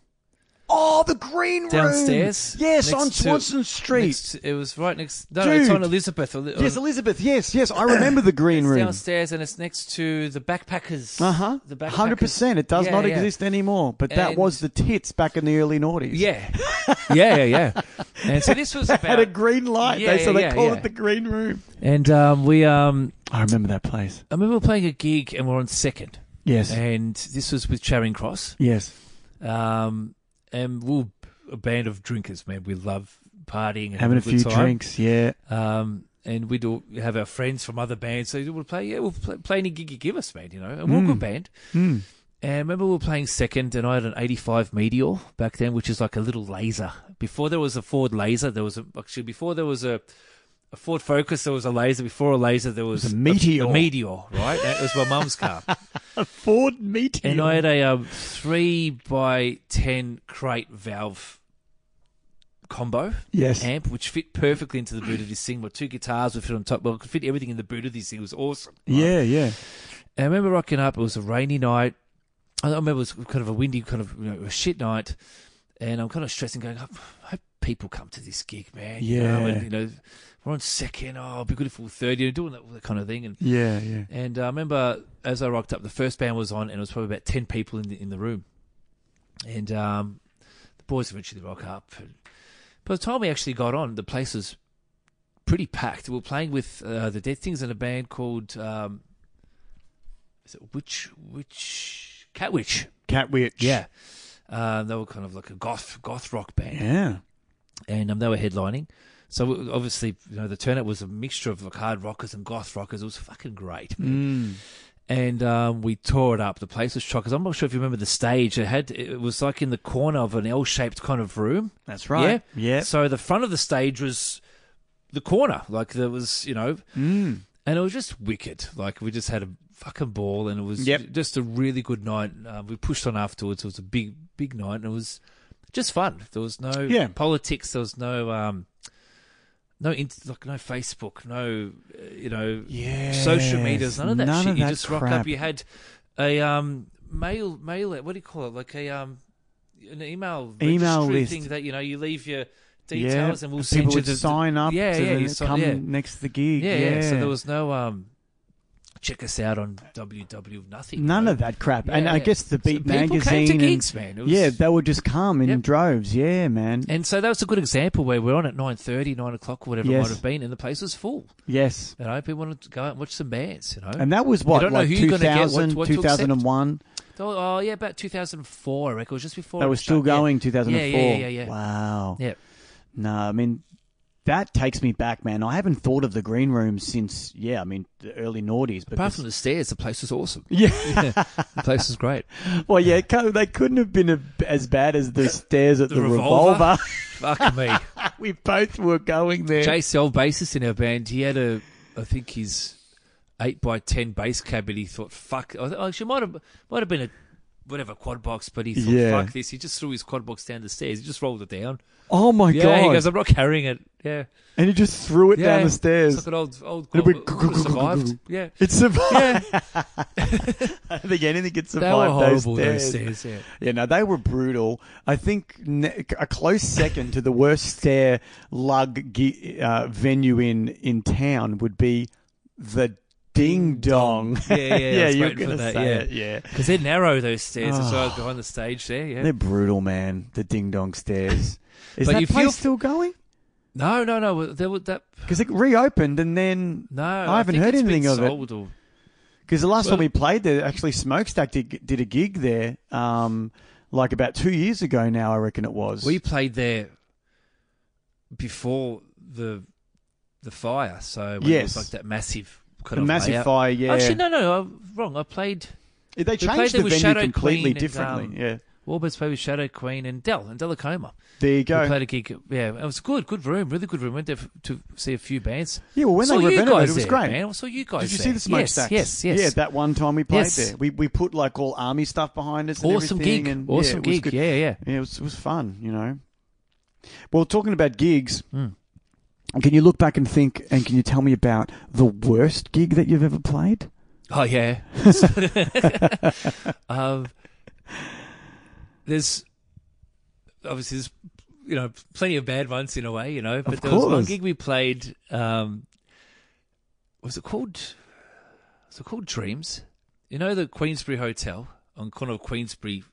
Oh, the green room Downstairs, Yes, next on to- Swanson Street. Next- it was right next. No, it's Dude. on Elizabeth. or- yes, on- Elizabeth. Yes, yes, I remember the green it's room. downstairs, and it's next to the backpackers. Uh huh. The backpackers. Hundred percent. It does Yeah, not yeah. exist anymore. But that And- was the tits back in the early noughties. Yeah, yeah, yeah, yeah. And so this was They had a about, green light. Yeah, they, so yeah, they yeah, call yeah. it the green room. and um, we um, I remember that place. I remember playing a gig, and we're on second, Yes. and this was with Charing Cross, Yes. um, and we we're a band of drinkers, man. We love partying and Having a good few time. drinks. Yeah. Um, and we'd all have our friends from other bands. So we'll play, yeah, we'll play, play any gig you give us, man, you know. And we're a good band. Mm. And I remember we were playing second, and I had an 85 Meteor back then, which is like a little laser. Before there was a Ford laser, there was a, actually, before there was a, a Ford Focus, there was a laser. Before a laser, there was a Meteor. A, Meteor, right? That was my mum's car. Ford meeting. and I had a um, 3 by 10 crate valve combo yes. amp, which fit perfectly into the boot of this thing. Well, two guitars would fit on top. Well, it could fit everything in the boot of this thing. It was awesome. right? Yeah. Yeah. And I remember rocking up. It was a rainy night. I remember it was kind of a windy, kind of you know, a shit night. And I'm kind of stressing, going, I hope people come to this gig, man. You Yeah. know, and, you know, we're on second. Oh, it'll be good if we're third. You know, doing that, all that kind of thing. And, Yeah. Yeah. and uh, I remember as I rocked up, the first band was on, and it was probably about 10 people in the, in the room. And um, the boys eventually rock up. And by the time we actually got on, the place was pretty packed. We were playing with uh, the Dead Things and a band called um, is it Witch, Witch, Catwitch. Cat witch. Yeah. Uh, they were kind of like a goth goth rock band Yeah. and um, they were headlining. So it- obviously, you know, the turnout was a mixture of like hard rockers and goth rockers. It was fucking great, man. Mm. And um, we tore it up. The place was chockers. I'm not sure if you remember the stage. It had it was like in the corner of an L-shaped kind of room. That's right. Yeah. So the front of the stage was the corner, like there was, you know, Mm. and it was just wicked. Like we just had a fucking ball, and it was Yep. just a really good night. Um, we pushed on afterwards. It was a big, big night, and it was just fun. There was no Yeah. politics. There was no um, no in- like no Facebook, no uh, you know Yeah. social medias, none of that shit. you just rocked crap. up. You had a um mail mail what do you call it? Like a um an email Email registry list. thing that you know you leave your details and we'll send people you would the, the- sign up. Yeah, to yeah, the- you sign- come yeah. next to the gig. yeah, Yeah, yeah. So there was no um, check us out on WW nothing. none right? of that crap. Yeah, and I yeah. guess the So Beat people magazine. came to and- gigs, man. It was- yeah, they would just come in Yep. droves. Yeah, man. and so that was a good example where we're on at 9.30, 9 o'clock, or whatever Yes. it might have been, and the place was full. yes. You know, people wanted to go out and watch some bands. You know, And that was what don't know like who you're gonna get, what- 2000, what to accept. 2001. They were- oh yeah, about 2004, I reckon, it was just before. That it was still shut, yeah. going. 2004. Yeah, yeah, yeah, yeah. Wow. Yeah. No, I mean that takes me back, man. I haven't thought of the green room since yeah, I mean the early noughties. But Apart from the stairs, the place was awesome. yeah, The place was great. well, yeah, it can't- they couldn't have been a, as bad as the stairs at The the, revolver. revolver. Fuck me. we both were going there. Jace, the old bassist in our band, he had a, I think his eight by ten bass cab, and he thought, "Fuck!" I th- Actually, might have might have been a whatever quad box, but he thought, Yeah. "Fuck this!" He just threw his quad box down the stairs. He just rolled it down. oh my yeah, god! he goes, "I'm not carrying it." Yeah, and he just threw it Yeah, down the it's stairs. like an old old It quad. went It survived. Yeah, It survived. yeah, I don't think anything could they were survive those horrible. stairs. Those stairs. Yeah. Yeah, no, they were brutal. I think ne- a close second to the worst stair lug gi- uh, venue in in town would be the Ding Dong. Yeah, yeah, I was you're waiting for gonna that, say yeah. it. Yeah, Because they're narrow, those stairs, as Oh. well as behind the stage there, yeah. they're brutal, man. The Ding Dong stairs. Is But that you feel- place still going? No, no, no, there was that, Because it reopened, and then no. I haven't heard anything of it. it. Or, because the last Well- time we played there, actually Smokestack did, did a gig there, um, like about two years ago now. I reckon it was. We played there before the the fire, so when it was Yes. like that massive kind the of massive layout- fire. Yeah, Actually, no, no, I'm wrong. I played. They We changed played the there with venue Shadow completely Queen and, differently. um, yeah. Warbird's played with Shadow Queen and Dell and Delacoma. There you We go. played a gig. Yeah, it was good. Good room. Really good room. Went there f- to see a few bands. Yeah, well, when saw they you renovated, guys it was there, great. Man. I saw you guys. Did you there. see the smokestacks? Yes, yes. Yeah, yes. that one time we played Yes. there. We we put like all army stuff behind us. And awesome everything gig. And, yeah, awesome it was gig. good. Yeah, yeah. Yeah, it was, it was fun, you know. Well, talking about gigs, Mm. can you look back and think, and can you tell me about the worst gig that you've ever played? Oh yeah. um, there's obviously there's you know plenty of bad ones in a way, you know. But Of there was one course. gig we played. Um, was it called? Was it called Dreams? You know the Queensbury Hotel on corner of Queensbury.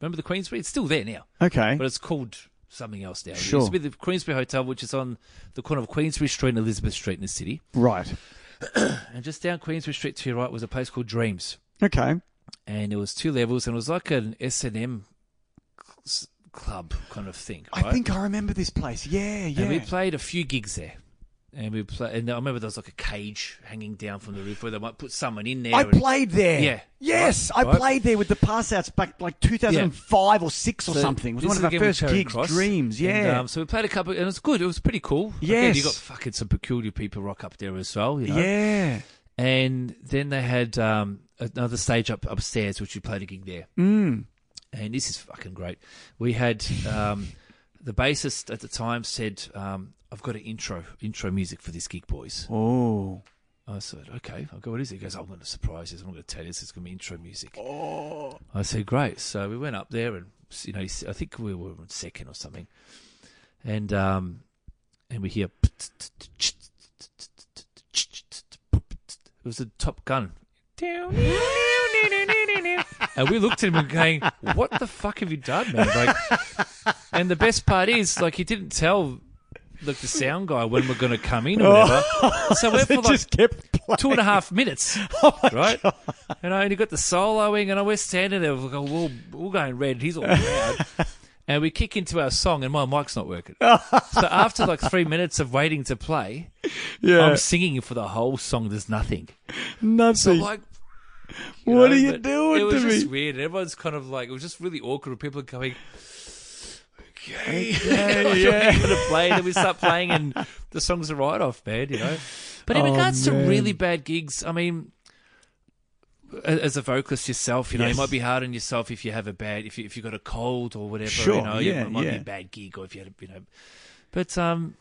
Remember the Queensbury? It's still there now, Okay. but it's called something else now. It Sure. used to be the Queensbury Hotel, which is on the corner of Queensbury Street and Elizabeth Street in the city. Right. And just down Queensbury Street to your right was a place called Dreams Okay. and it was two levels, and it was like an S and M club kind of thing. I right? think I remember this place. Yeah, yeah. And we played a few gigs there, and we played. And I remember there was like a cage hanging down from the roof where they might put someone in there. I and- played there. Yeah. Yes, I Right. played there with the pass outs back like 2005 or 6 or So something. It was this one is of the our game with first Charing gigs, Cross. dreams. Yeah. And, um, so we played a couple, and it was good. It was pretty cool. Again, Yes. you got fucking some peculiar people rock up there as well. You know? Yeah. And then they had um, another stage up upstairs, which we played a gig there. Mm. and this is fucking great. We had um, the bassist at the time said, um, "I've got an intro intro music for this gig, boys." Oh. I said, "Okay." I go, "What is it?" He goes, "I'm going to surprise you. I'm going to tell you. This is going to be intro music." Oh. I said, "Great." So we went up there, and you know, I think we were in second or something, and um, and we hear. It was a Top Gun. and we looked at him and going, "What the fuck have you done, man?" Like, and the best part is, like, he didn't tell, like, the sound guy when we're going to come in or Oh. whatever. So we're for like Just kept playing. two and a half minutes, right? And I only got the soloing, and I was standing there, like, we're, we're going red. He's all loud. and we kick into our song, and my mic's not working. so after like three minutes of waiting to play, Yeah. I'm singing for the whole song. There's nothing. Nothing. Like, what know, are you but doing It was to just me? weird. Everyone's kind of like, it was just really awkward. People are going, okay, Okay, yeah. yeah. we're going to play. Then we start playing, and the song's a write off, man, you know. But in Oh, regards man. to really bad gigs, I mean, a- as a vocalist yourself, you know, Yes. you might be hard on yourself if you have a bad, if you if you got a cold or whatever, Sure, you know, yeah, it might yeah. be a bad gig or if you had, a, you know, but um,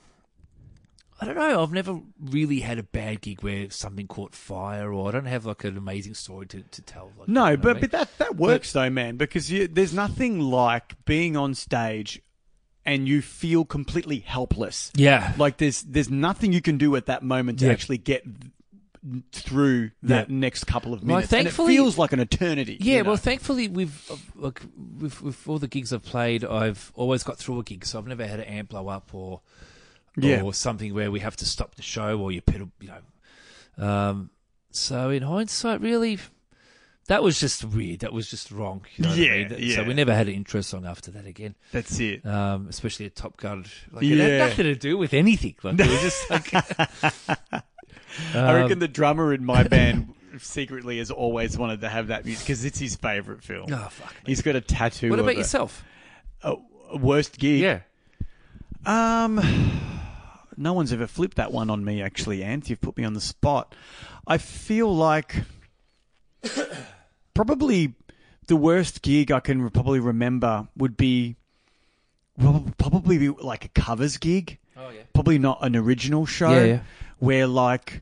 I don't know. I've never really had a bad gig where something caught fire, or I don't have like an amazing story to, to tell. Like, you No, know what I but, mean? but that, that works though, man, because you, there's nothing like being on stage and you feel completely helpless. yeah, Like there's there's nothing you can do at that moment to Yeah. actually get through that Yeah. next couple of Well, minutes. thankfully- and it feels like an eternity. yeah. you know? Well, thankfully, we've uh, like with with all the gigs I've played, I've always got through a gig, so I've never had an amp blow up or Yeah. or something where we have to stop the show or you pedal, you know. Um, so in hindsight, really, that was just weird. That was just wrong. You know what I Yeah, mean? That- yeah. So we never had an intro song after that again. that's it. um, especially at Top Gun. Like it had Yeah. nothing to do with anything. Like it was just like Um, I reckon the drummer in my band secretly has always wanted to have that music because it's his favorite film. oh fuck. He's got a tattoo. What of about it. yourself? Oh, worst gig. Yeah. Um, no one's ever flipped that one on me, actually, Ant. You've put me on the spot. I feel like probably the worst gig I can probably remember would be well, probably be like a covers gig, Oh yeah. probably not an original show. Yeah, yeah. Where like,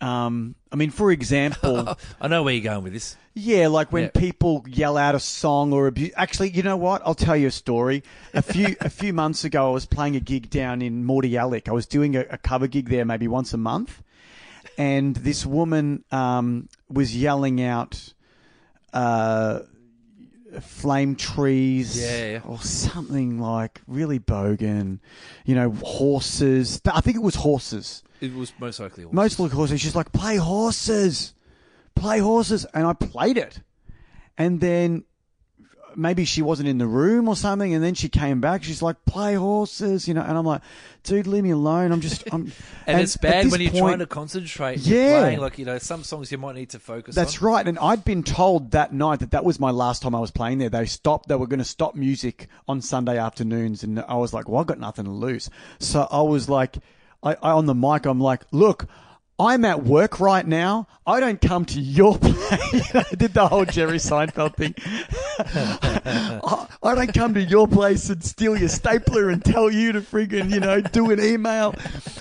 um, I mean, for example. I know where you're going with this. Yeah, like when Yeah. people yell out a song or abuse. Actually, you know what? I'll tell you a story. A few a few months ago, I was playing a gig down in Mordialloc. I was doing a, a cover gig there, maybe once a month, and this woman um, was yelling out. Uh, flame trees Yeah, yeah. or something like really bogan you know horses i think it was horses It was most likely all. most look horses. She's like, play horses, play horses, and I played it, and then maybe she wasn't in the room or something, and then she came back. She's like, "Play horses," you know, and I'm like, "Dude, leave me alone. I'm just." I'm, and, And, it's at bad this when you're point- trying to concentrate. and Yeah. you're playing, like you know, some songs you might need to focus. That's on. right. And I'd been told that night that that was my last time I was playing there. They stopped, they were going to stop music on Sunday afternoons. And I was like, well, I've got nothing to lose. So I was like, I, I on the mic, I'm like, look, I'm at work right now. I don't come to your place. I did the whole Jerry Seinfeld thing. I, I Oh, don't come to your place and steal your stapler and tell you to friggin', you know, do an email.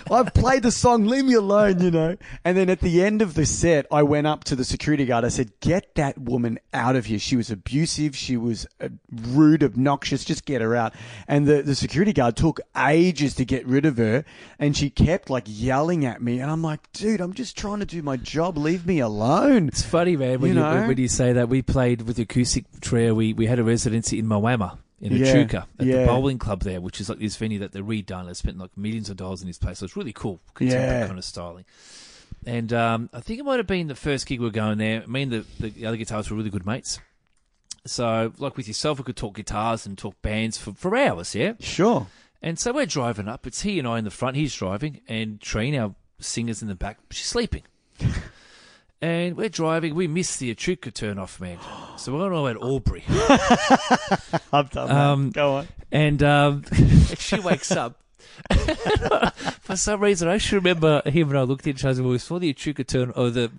I've played the song, leave me alone, you know. And then at the end of the set, I went up to the security guard. I said, get that woman out of here. She was abusive. She was uh, rude, obnoxious. Just get her out. And the, the security guard took ages to get rid of her. And she kept like yelling at me. And I'm like, dude, I'm just trying to do my job. Leave me alone. It's funny, man, You when you, know? when you say that. We played with the acoustic trio. We we had a residency in Moama in Yeah, Echuca at yeah. the bowling club there, which is like this venue that they're redone. They spent like millions of dollars in this place, so it's really cool, contemporary Yeah. kind of styling. And um, I think it might have been the first gig we were going there. Me and the, the, the other guitarists were really good mates. So, like with yourself, we could talk guitars and talk bands for, for hours, yeah? Sure. And so we're driving up. It's he and I in the front. He's driving, and Trine, our singer's in the back. She's sleeping. and we're driving. We miss the Echuca turn off, man. So we're on our way to Albury. I've done Um, Go on. And um, she wakes up. For some reason, I should remember him and I looked at each other. We was for the Echuca turn or the.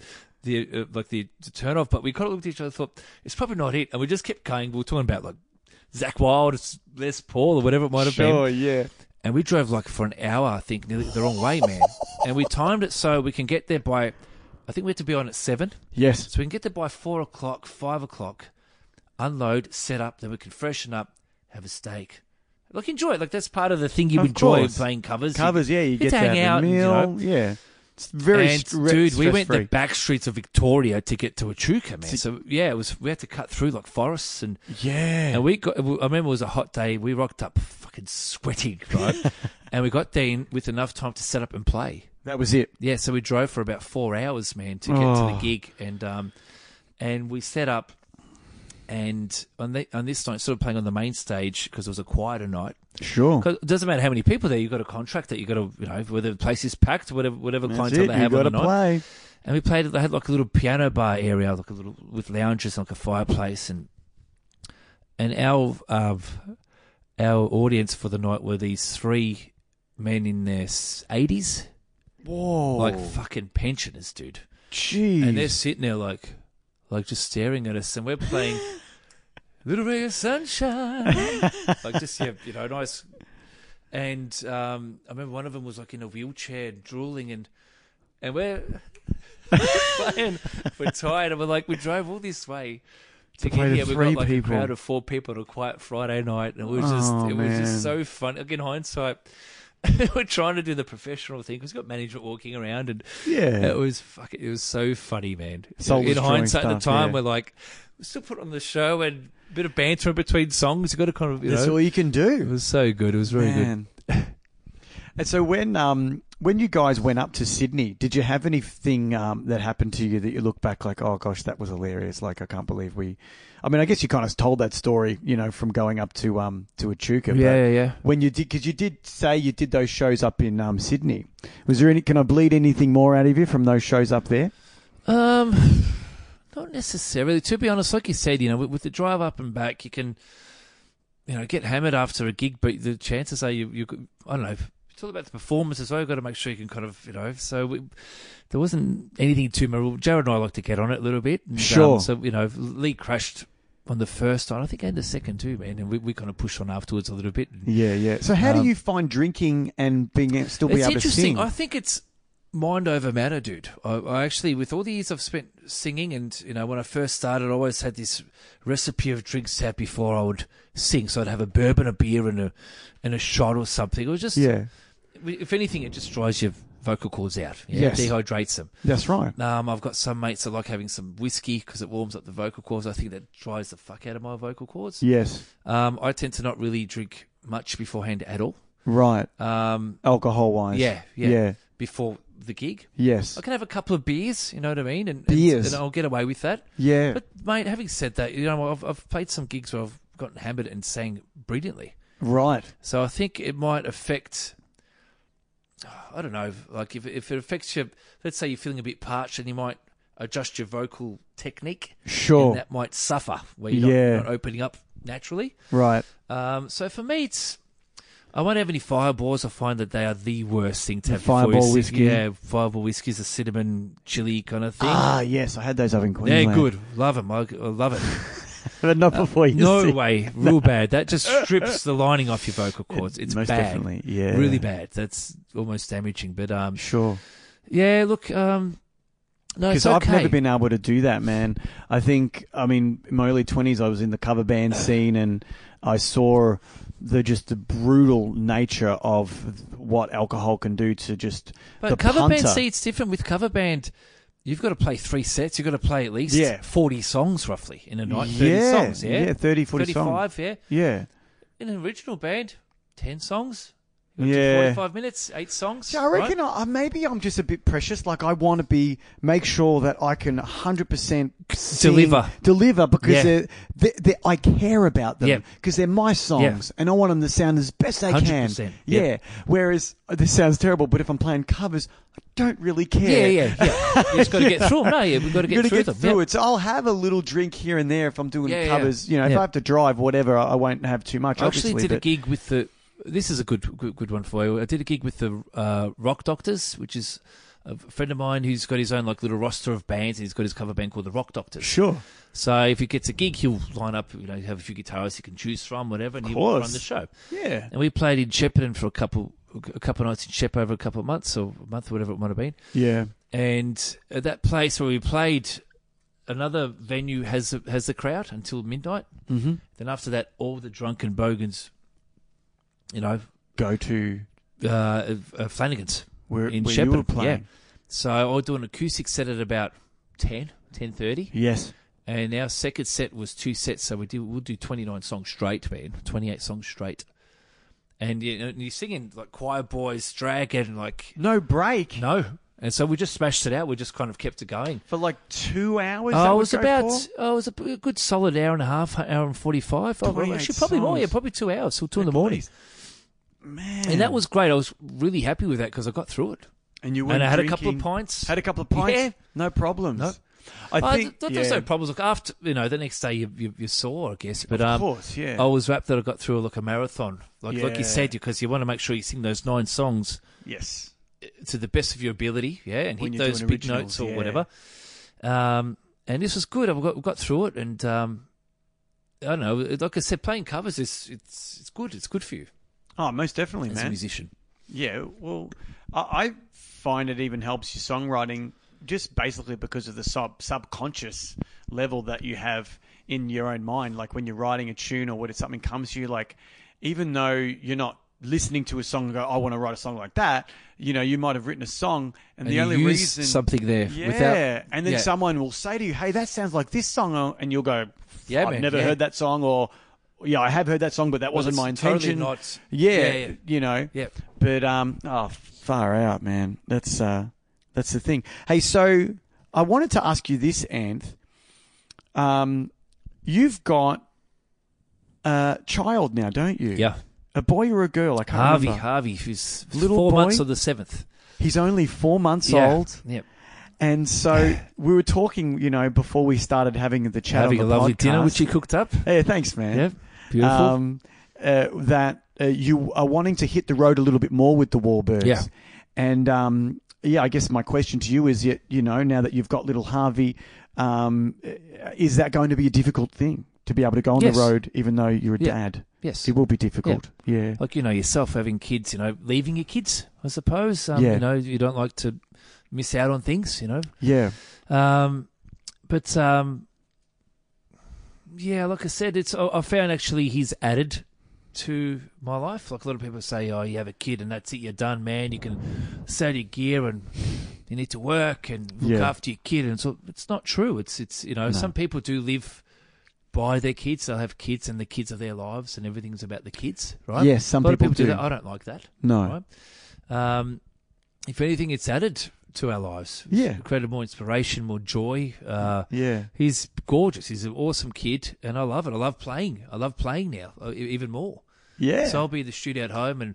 The, uh, like the, the turn off, but we kind of looked at each other and thought, it's probably not it. And we just kept going. We were talking about like Zach Wilde, Les Paul, or whatever it might have been. Sure, yeah. And we drove like for an hour, I think, nearly the wrong way, man. and we timed it so we can get there by, I think we had to be on at seven. Yes. So we can get there by four o'clock, five o'clock, unload, set up, then we can freshen up, have a steak. Like, enjoy it. Like, that's part of the thing you Of enjoy course. playing covers. covers. Yeah, you, you get to hang have out a and, you meal. know. yeah, it's very and, stre- dude, we went the stress-free. back streets of Victoria to get to Echuca, man. So, yeah, it was, we had to cut through like forests and Yeah, and we got, I remember it was a hot day. We rocked up fucking sweating, right? and we got there in with enough time to set up and play. that was it. Yeah, so we drove for about four hours, man, to get to Oh. the gig, and um, and we set up, and on the, on this night, sort of playing on the main stage because it was a quieter night. Sure. 'Cause it doesn't matter how many people there, you have got a contract that you got to, you know, whether the place is packed, whatever whatever That's clientele it. they You have got on to the night. play. And we played. They had like a little piano bar area, like a little with lounges, and like a fireplace, and and our uh, our audience for the night were these three men in their eighties, Whoa, like fucking pensioners, dude. jeez. And they're sitting there like, like just staring at us, and we're playing "Little Ray of Sunshine," like just yeah, you know, nice. And um, I remember one of them was like in a wheelchair, drooling, and and we're playing. We're tired, and we're like, we drove all this way. To play get to here, we three got like people. a crowd of four people on a quiet Friday night, and it was just, Oh, it was man. just so fun. Like in hindsight, we're trying to do the professional thing. 'cause We've got management walking around, and yeah, it was fuck, it was so funny, man. Mm. Soul in destroying hindsight, at the stuff, time, yeah. we're like, we still put on the show and a bit of banter in between songs. You got to kind of, you that's know, all you can it do. was so good. It was very good. Man. and so when um when you guys went up to Sydney, did you have anything um that happened to you that you look back like, oh gosh, that was hilarious. Like I can't believe we. I mean, I guess you kind of told that story, you know, from going up to um to Echuca. but- yeah, yeah. when you did because you did say you did those shows up in um, Sydney. Was there any? Can I bleed anything more out of you from those shows up there? Um, not necessarily. To be honest, like you said, you know, with, with the drive up and back, you can, you know, get hammered after a gig, but the chances are you, you could, I don't know. It's all about the performance as well. You've got to make sure you can kind of, you know, so we, there wasn't anything too memorable. Jared and I like to get on it a little bit. And, um, Sure. so, you know, Lee crashed on the first night, I think, and the second too, man. And we, we kind of pushed on afterwards a little bit. And, Yeah, yeah. So how Um, do you find drinking and being a- still be it's able to interesting. sing? I think it's mind over matter, dude. I, I actually, with all the years I've spent singing, and you know, when I first started, I always had this recipe of drinks out before I would sing. So I'd have a bourbon, a beer, and a and a shot or something. It was just, yeah, if anything, it just dries your vocal cords out. Yeah, Yes. dehydrates them. that's right. Um, I've got some mates that like having some whiskey because it warms up the vocal cords. I think that dries the fuck out of my vocal cords. Yes, Um, I tend to not really drink much beforehand at all. right. Um, Alcohol wise. yeah, yeah, yeah. before the gig. Yes. I can have a couple of beers, you know what I mean, and and- Beers. and I'll get away with that. Yeah. But mate, having said that, you know, I've, I've played some gigs where I've gotten hammered and sang brilliantly. Right. So I think it might affect. I don't know, like if if it affects your, let's say you're feeling a bit parched, and you might adjust your vocal technique, Sure. and that might suffer where you're not- Yeah. you're not opening up naturally. right. Um, so for me, it's I won't have any fireballs. I find that they are the worst thing to have. before Fireball you sing. whiskey. yeah, fireball whiskey is a cinnamon chili kind of thing. Ah, yes, I had those up in They're Queensland. good. Love them. I, I love it. but not before you. No sing. way. Real bad. That just strips the lining off your vocal cords. It's most bad. definitely. Yeah. Really bad. That's almost damaging. But um, Sure. yeah. Look, um, no, it's Because okay. I've never been able to do that, man. I think, I mean, in my early 20s, I was in the cover band scene and I saw the just the brutal nature of what alcohol can do to just But the cover punter. band, see, it's different with cover band. You've got to play three sets. You've got to play at least Yeah. forty songs roughly in a night. Thirty yeah, songs, yeah, yeah, 30, 40 songs. 35, yeah. Yeah. In an original band, 10 songs. You Yeah. yeah. 45 minutes, 8 songs. See, I right? reckon I, I- maybe I'm just a bit precious. Like I want to be make sure that I can 100 percent Deliver. deliver because Yeah. they're, they they I care about them Yeah. because they're my songs and I want them to sound as best they can. 100%, yeah. Yeah. Whereas uh, this sounds terrible, but if I'm playing covers, I don't really Yeah, care. yeah, yeah. you just got to get through them, no? Yeah, we've got to You're gonna get through get them. through yeah. it. So I'll have a little drink here and there if I'm doing Yeah, yeah. covers. You know, if Yeah. I have to drive, whatever, I I won't have too much. I actually obviously, did a but- gig with the. This is a good, good, good one for you. I did a gig with the uh, Rock Doctors, which is a friend of mine who's got his own like little roster of bands, and he's got his cover band called the Rock Doctors. Sure. So if he gets a gig, he'll line up. You know, have a few guitarists he can choose from, whatever, and he'll course. run the show. Yeah. And we played in Shepparton for a couple, a couple nights in Shep over a couple of months or a month, whatever it might have been. Yeah. and at that place where we played, another venue has has the crowd until midnight. Mm-hmm. Then after that, all the drunken bogans, you know, Go to uh, uh, Flanagan's. where, In where you Shepparton, were playing. yeah. So I'll do an acoustic set at about 10, 10.30. Yes. And our second set was two sets, so we do we'll do twenty nine songs straight, man, twenty eight songs straight. And you know, and you're singing like choir boys, dragon, like No break no. And so we just smashed it out. We just kind of kept it going. for like two hours. Oh, that it would was go about for? oh, it was a p- a good solid hour and a half, hour and forty five. Oh, well, 28 actually, probably more. songs. Yeah, probably two hours till two in the morning. man. And that was great. I was really happy with that because I got through it, and you and weren't I had a drinking, couple of pints. Had a couple of pints. Yeah. No problems. No. Oh, I I think th- yeah, there's no problems. Look, after you know, the next day you you, you saw, I guess. But Of um, course, yeah. I was wrapped that I got through like a marathon, like like Yeah. you said, because you want to make sure you sing those nine songs yes. to the best of your ability, yeah, and When hit you're those doing big originals, notes or yeah. whatever. Um, and this was good. I got got through it, and um, I don't know. Like I said, playing covers is it's it's good. It's good for you Oh, most definitely, as a man. musician. Yeah. Well, I, I find it even helps your songwriting just basically because of the sub subconscious level that you have in your own mind. Like when you're writing a tune or when it's- something comes to you, like even though you're not listening to a song and go, I want to write a song like that, you know, you might have written a song and, And the you only use reason something there Yeah. without and then yeah. someone will say to you, Hey, that sounds like this song uh, and you'll go, Yeah, I've man, never yeah. heard that song or yeah, I have heard that song, but that wasn't it's my totally intention. not- yeah, Yeah, yeah. you know. Yeah. But um, oh, far out, man. That's uh, that's the thing. Hey, so I wanted to ask you this, Anth. Um, you've got a child now, don't you? Yeah, A boy or a girl? I can't Harvey, remember. Harvey, who's Little four boy? months of the seventh. He's only four months old, Yeah. Yep. and so we were talking, you know, before we started having the chat. having a on the lovely dinner podcast. which he cooked up. Hey, thanks, man. Yeah, beautiful. um, uh, that uh, you are wanting to hit the road a little bit more with the Warbirds. Yeah. And um, yeah, I guess my question to you is, you, you know, now that you've got little Harvey, um, uh, is that going to be a difficult thing to be able to go on Yes. the road, even though you're a Yeah. dad? yes, It will be difficult. Yeah. like you know yourself having kids. You know, leaving your kids. I suppose. Um, Yeah. You know, you don't like to miss out on things. You know. Yeah. Um, but um, yeah, like I said, it's I I found actually he's added to my life. Like a lot of people say, oh, you have a kid and that's it, you're done, man. You can sell your gear and you need to work and look Yeah. after your kid. And so it's not true. It's it's you know No. some people do live by their kids. They'll have kids and the kids are their lives and everything's about the kids, right? Yes, some a lot of people people do do. that. I don't like that. No. Right. Um, if anything, it's added to our lives. Yeah. Created more inspiration, more joy. Uh, Yeah. He's gorgeous. He's an awesome kid, and I love it. I love playing. I love playing now uh, e- even more. Yeah. So I'll be in the studio at home and,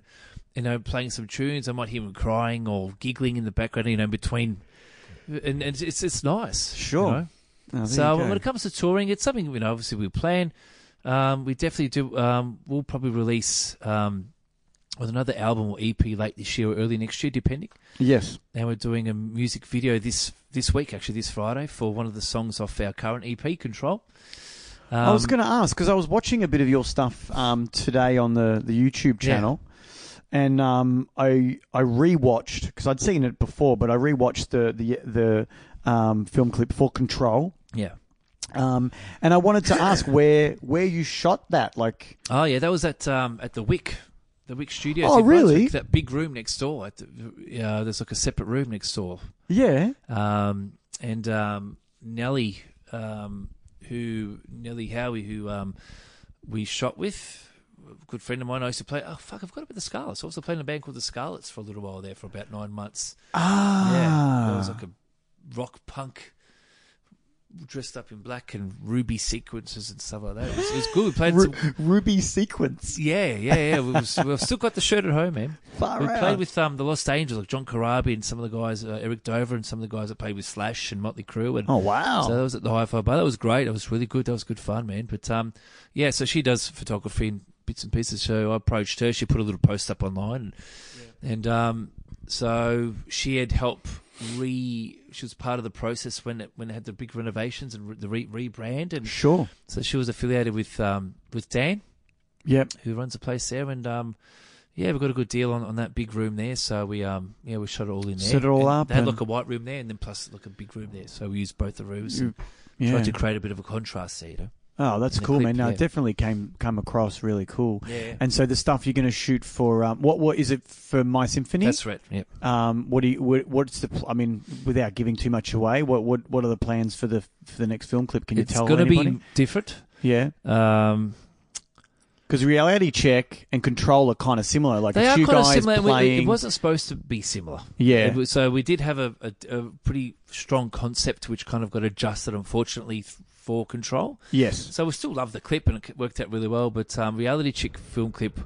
you know, playing some tunes. I might hear him crying or giggling in the background, you know, between. And, and it's it's nice. you Sure. know. Oh, there So you go. when it comes to touring, it's something you know. Obviously, we plan. Um, we definitely do. Um, we'll probably release um, with another album or EP late this year or early next year, depending. yes. And we're doing a music video this this week, actually this Friday, for one of the songs off our current EP, Control. Um, I was going to ask because I was watching a bit of your stuff um, today on the, the YouTube Yeah. channel, and um, I I rewatched because I'd seen it before, but I rewatched the the the um, film clip for Control, yeah. um, and I wanted to ask where where you shot that, like Oh yeah, that was at um, at the Wick, the Wick Studios. Oh, in Brunswick, really? That big room next door. At the, uh, there's like a separate room next door. yeah, um, and um, Nellie, um, who Nellie Howie, who um, we shot with, a good friend of mine. I used to play. Oh fuck, I've got about the Scarlets. I also played in a band called the Scarlets for a little while there for about nine months. Ah. Yeah, it was like a rock punk. Dressed up in black and ruby sequences and stuff like that. It was, it was good. We played. some- Ru- ruby sequence. yeah, yeah, yeah. We was, we've still got the shirt at home, man. Far We out. played with um, the Lost Angels, like John Corabi and some of the guys, uh, Eric Dover, and some of the guys that played with Slash and Motley Crue. And oh wow, so that was at the Hi Fi Bar. That was great. That was really good. That was good fun, man. But um, yeah, so she does photography and bits and pieces. So I approached her. She put a little post up online, and, and um, so she had help re. She was part of the process when it, when they had the big renovations and re, the re, rebrand, and sure, so she was affiliated with um, with Dan, yep, who runs the place there, and um. Yeah, we got a good deal on, on that big room there, so we um yeah we shot it all in there. Set it all And up They had and- like a white room there, and then plus like a big room there. So we used both the rooms. and- You- yeah. tried to create a bit of a contrast there, you know. Oh, that's in the cool, clip, man. No, yeah. it definitely came come across really cool. Yeah. And so the stuff you're going to shoot for um, what what is it for My Symphony? That's right. Yep. Um, what do you what, what's the pl- I mean without giving too much away? What what what are the plans for the for the next film clip? Can you it's tell going to anybody? be different. yeah, Um, because reality check and control are kind of similar. Like they it's are you kind of guys similar. and we- playing. it wasn't supposed to be similar. It yeah, was- so we did have a, a, a pretty strong concept, which kind of got adjusted, unfortunately, th- for control. yes, So we still love the clip, and it worked out really well. But um, reality chick film clip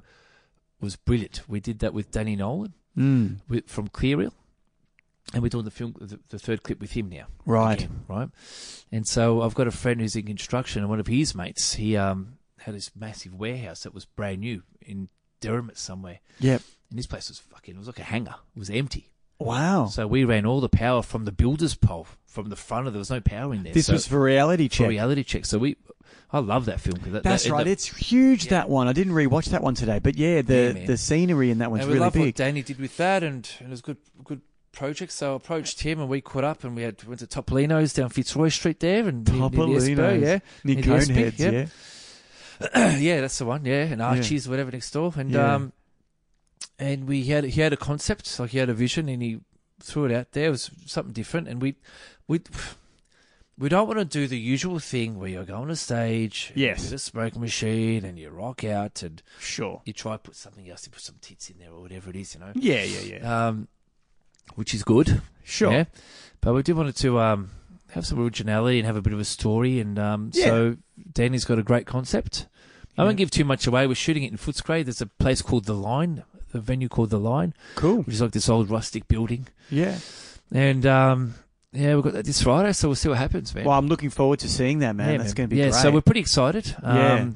was brilliant. We did that with Danny Nolan mm, with, from Clearreal, and we're doing the film, the, the third clip with him now. right. again, right? And so I've got a friend who's in construction, and one of his mates, he um, had this massive warehouse that was brand new in Derrimut somewhere. Yep. And this place was fucking, it was like a hangar. It was empty. Wow, So we ran all the power from the builder's pole, from the front of, there was no power in there. this So- was for reality for check. reality check. So we, I love that film. 'cause That, That's that- right. that- it's huge Yeah. that one. I didn't rewatch that one today, but yeah, Yeah, the man. the scenery in that one's and we really love big. what Danny did with that, and, and it was a good, good project. So I approached him, and we caught up, and we had went to Topolino's down Fitzroy Street there, and near- near the Expo, Topolino's. yeah. Nick Yeah, the SB, Coneheads, yeah. yeah. yeah, that's the one. Yeah, and Archie's whatever next door, and Yeah. um, and we had he had a concept, like he had a vision, and he threw it out there. It was something different, and we we we don't want to do the usual thing where you go on a stage, and you Yes. do the smoke machine, and you rock out, and Sure. you try to put something else, you put some tits in there or whatever it is, you know, Yeah, yeah, yeah. um, which is good, Sure. yeah, but we did wanted to um have some originality and have a bit of a story, and um, Yeah. so Danny's got a great concept. I Yeah. won't give too much away. We're shooting it in Footscray. There's a place called The Line, a venue called The Line, Cool. which is like this old rustic building. Yeah. And um, yeah, we've got that this Friday, so we'll see what happens, man. Well, I'm looking forward to seeing that, man. yeah, That's man. going to be yeah. great. So we're pretty excited. Um, Yeah.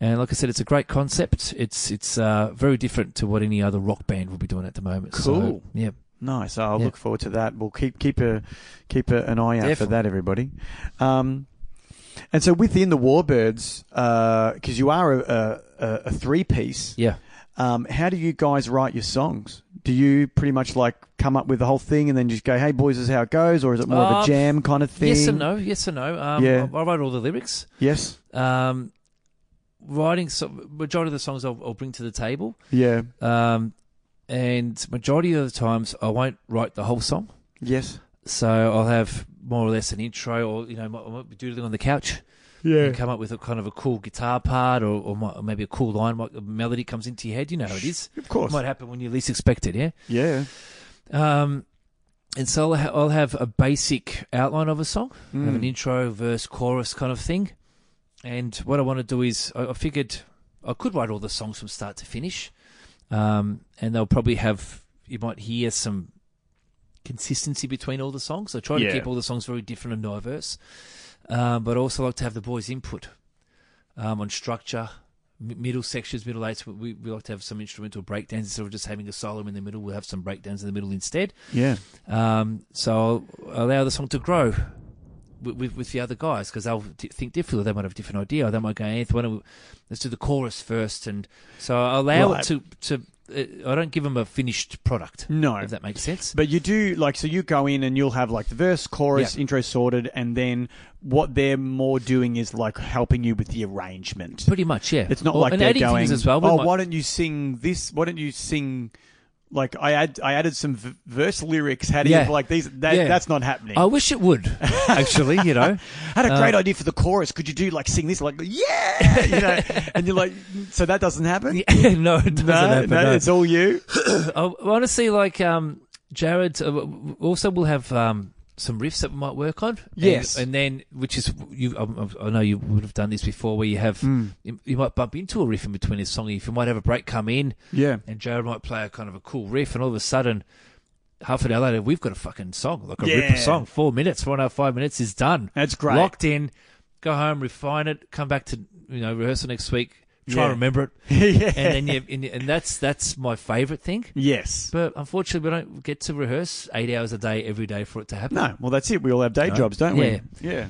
And like I said, it's a great concept. It's it's uh, very different to what any other rock band will be doing at the moment. Cool. So, yeah. nice. I'll Yeah. look forward to that. We'll keep keep a keep a, an eye out for Definitely. that, everybody. Um, and so within the Warbirds, because you are a, a, a three piece, Yeah. um, how do you guys write your songs? Do you pretty much like come up with the whole thing and then just go, "Hey boys, this is how it goes," or is it more of Uh, a jam kind of thing? Yes and no. Yes and no. Um, Yeah. I, I wrote all the lyrics. Yes. um, writing so majority of the songs I'll, I'll bring to the table, Yeah. um, and majority of the times I won't write the whole song. Yes. So I'll have more or less an intro, or you know, I might be doodling on the couch Yeah. and come up with a kind of a cool guitar part, or, or, might, or maybe a cool line, like a melody comes into your head. You know how it is. Of It course. might happen when you least expect it. Yeah. Yeah. Um, and so I'll, ha- I'll have a basic outline of a song, I Mm. Hmm. have an intro, verse, chorus kind of thing. And what I want to do is, I, I figured I could write all the songs from start to finish, um, and they'll probably have you might hear some consistency between all the songs. I try to Yeah. keep all the songs very different and diverse, um, but I also like to have the boys' input um, on structure. M- middle sections, middle eights, we, we like to have some instrumental breakdowns instead of just having a solo in the middle. We'll have some breakdowns in the middle instead. Yeah. Um, so I'll allow the song to grow with, with, with the other guys because they'll d- think differently. They might have a different idea. They might go, Anth, why don't we, let's do the chorus first. And so I allow Right. it to, to uh, I don't give them a finished product, No. if that makes sense. But you do like so you go in and you'll have like the verse, chorus, Yeah. intro sorted, and then what they're more doing is like helping you with the arrangement. Pretty much, yeah. It's not Or- like and they're adding going. things as well. We oh, might- why don't you sing this? Why don't you sing? Like I add, I added some v- verse lyrics. How do Yeah. you like these? That, Yeah. Oh, That's not happening. I I wish it would, actually, you know. had a uh, great idea for the chorus. Could you do like sing this? Like yeah, you know. and you're like, so that doesn't happen. Yeah, no, it doesn't No, happen, no, no. it's all you. I want to see like um, Jared. Uh, w- w- also, we'll have um, some riffs that we might work on. Yes. and, and then which is you. I- I I know you would have done this before, where you have Mm. you, you might bump into a riff in between a song. If you might have a break come in, Yeah, and Jared might play a kind of a cool riff, and all of a sudden. Half an hour later, we've got a fucking song, like a Yeah. ripper song. Four minutes, four and a half, five minutes is done. that's great. Locked in, go home, refine it, come back to you know rehearsal next week, try Yeah. and remember it, yeah. and then you and, and that's that's my favorite thing. yes. But unfortunately, we don't get to rehearse eight hours a day every day for it to happen. No. Well, that's it. We all have day No. jobs, don't Yeah. we? Yeah.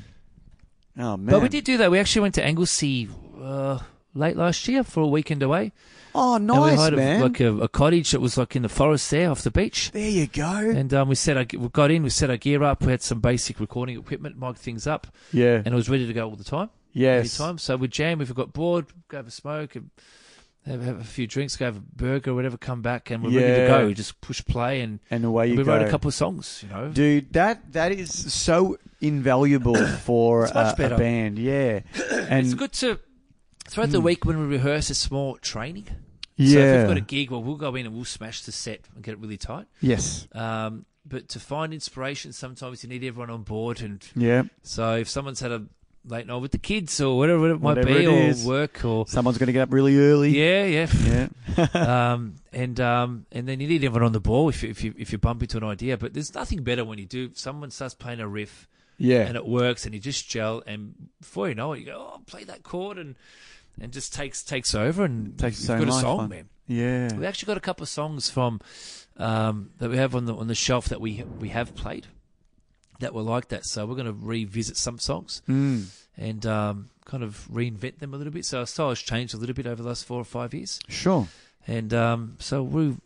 Oh man. but we did do that. We actually went to Anglesey uh, late last year for a weekend away. Oh, and we nice, hired a- man. like a, a cottage that was like in the forest there off the beach. there you go. And um, we set our, we got in, we set our gear up, we had some basic recording equipment, mic'd things up, Yeah. and it was ready to go all the time. every Yes. time. So we jam if we got bored, go have a smoke, and have, have a few drinks, go have a burger, or whatever, come back, and we're ready to Yeah. go. We just push play, and And away you we go. wrote a couple of songs, you know. Dude, that that is so invaluable for It's much uh, a better. band. Yeah, and it's good to throughout the week when we rehearse it's more training so if Hmm. yeah, we've got a gig well we'll go in and we'll smash the set and get it really tight yes, um, but to find inspiration sometimes you need everyone on board and yeah. so if someone's had a late night with the kids or whatever it might Whatever be it or is. work or Someone's going to get up really early. yeah yeah yeah, um, and um, and then you need everyone on the ball if you, if you if you bump into an idea but there's nothing better when you do someone starts playing a riff yeah. and it works and you just gel and before you know it you go oh play that chord and and just takes takes over and Takes its you've own got a life, song huh? man yeah. we actually got a couple of songs from um, that we have on the on the shelf that we we have played that were like that so we're going to revisit some songs Mm, and um, kind of reinvent them a little bit so our style has changed a little bit over the last four or five years sure. and um, so we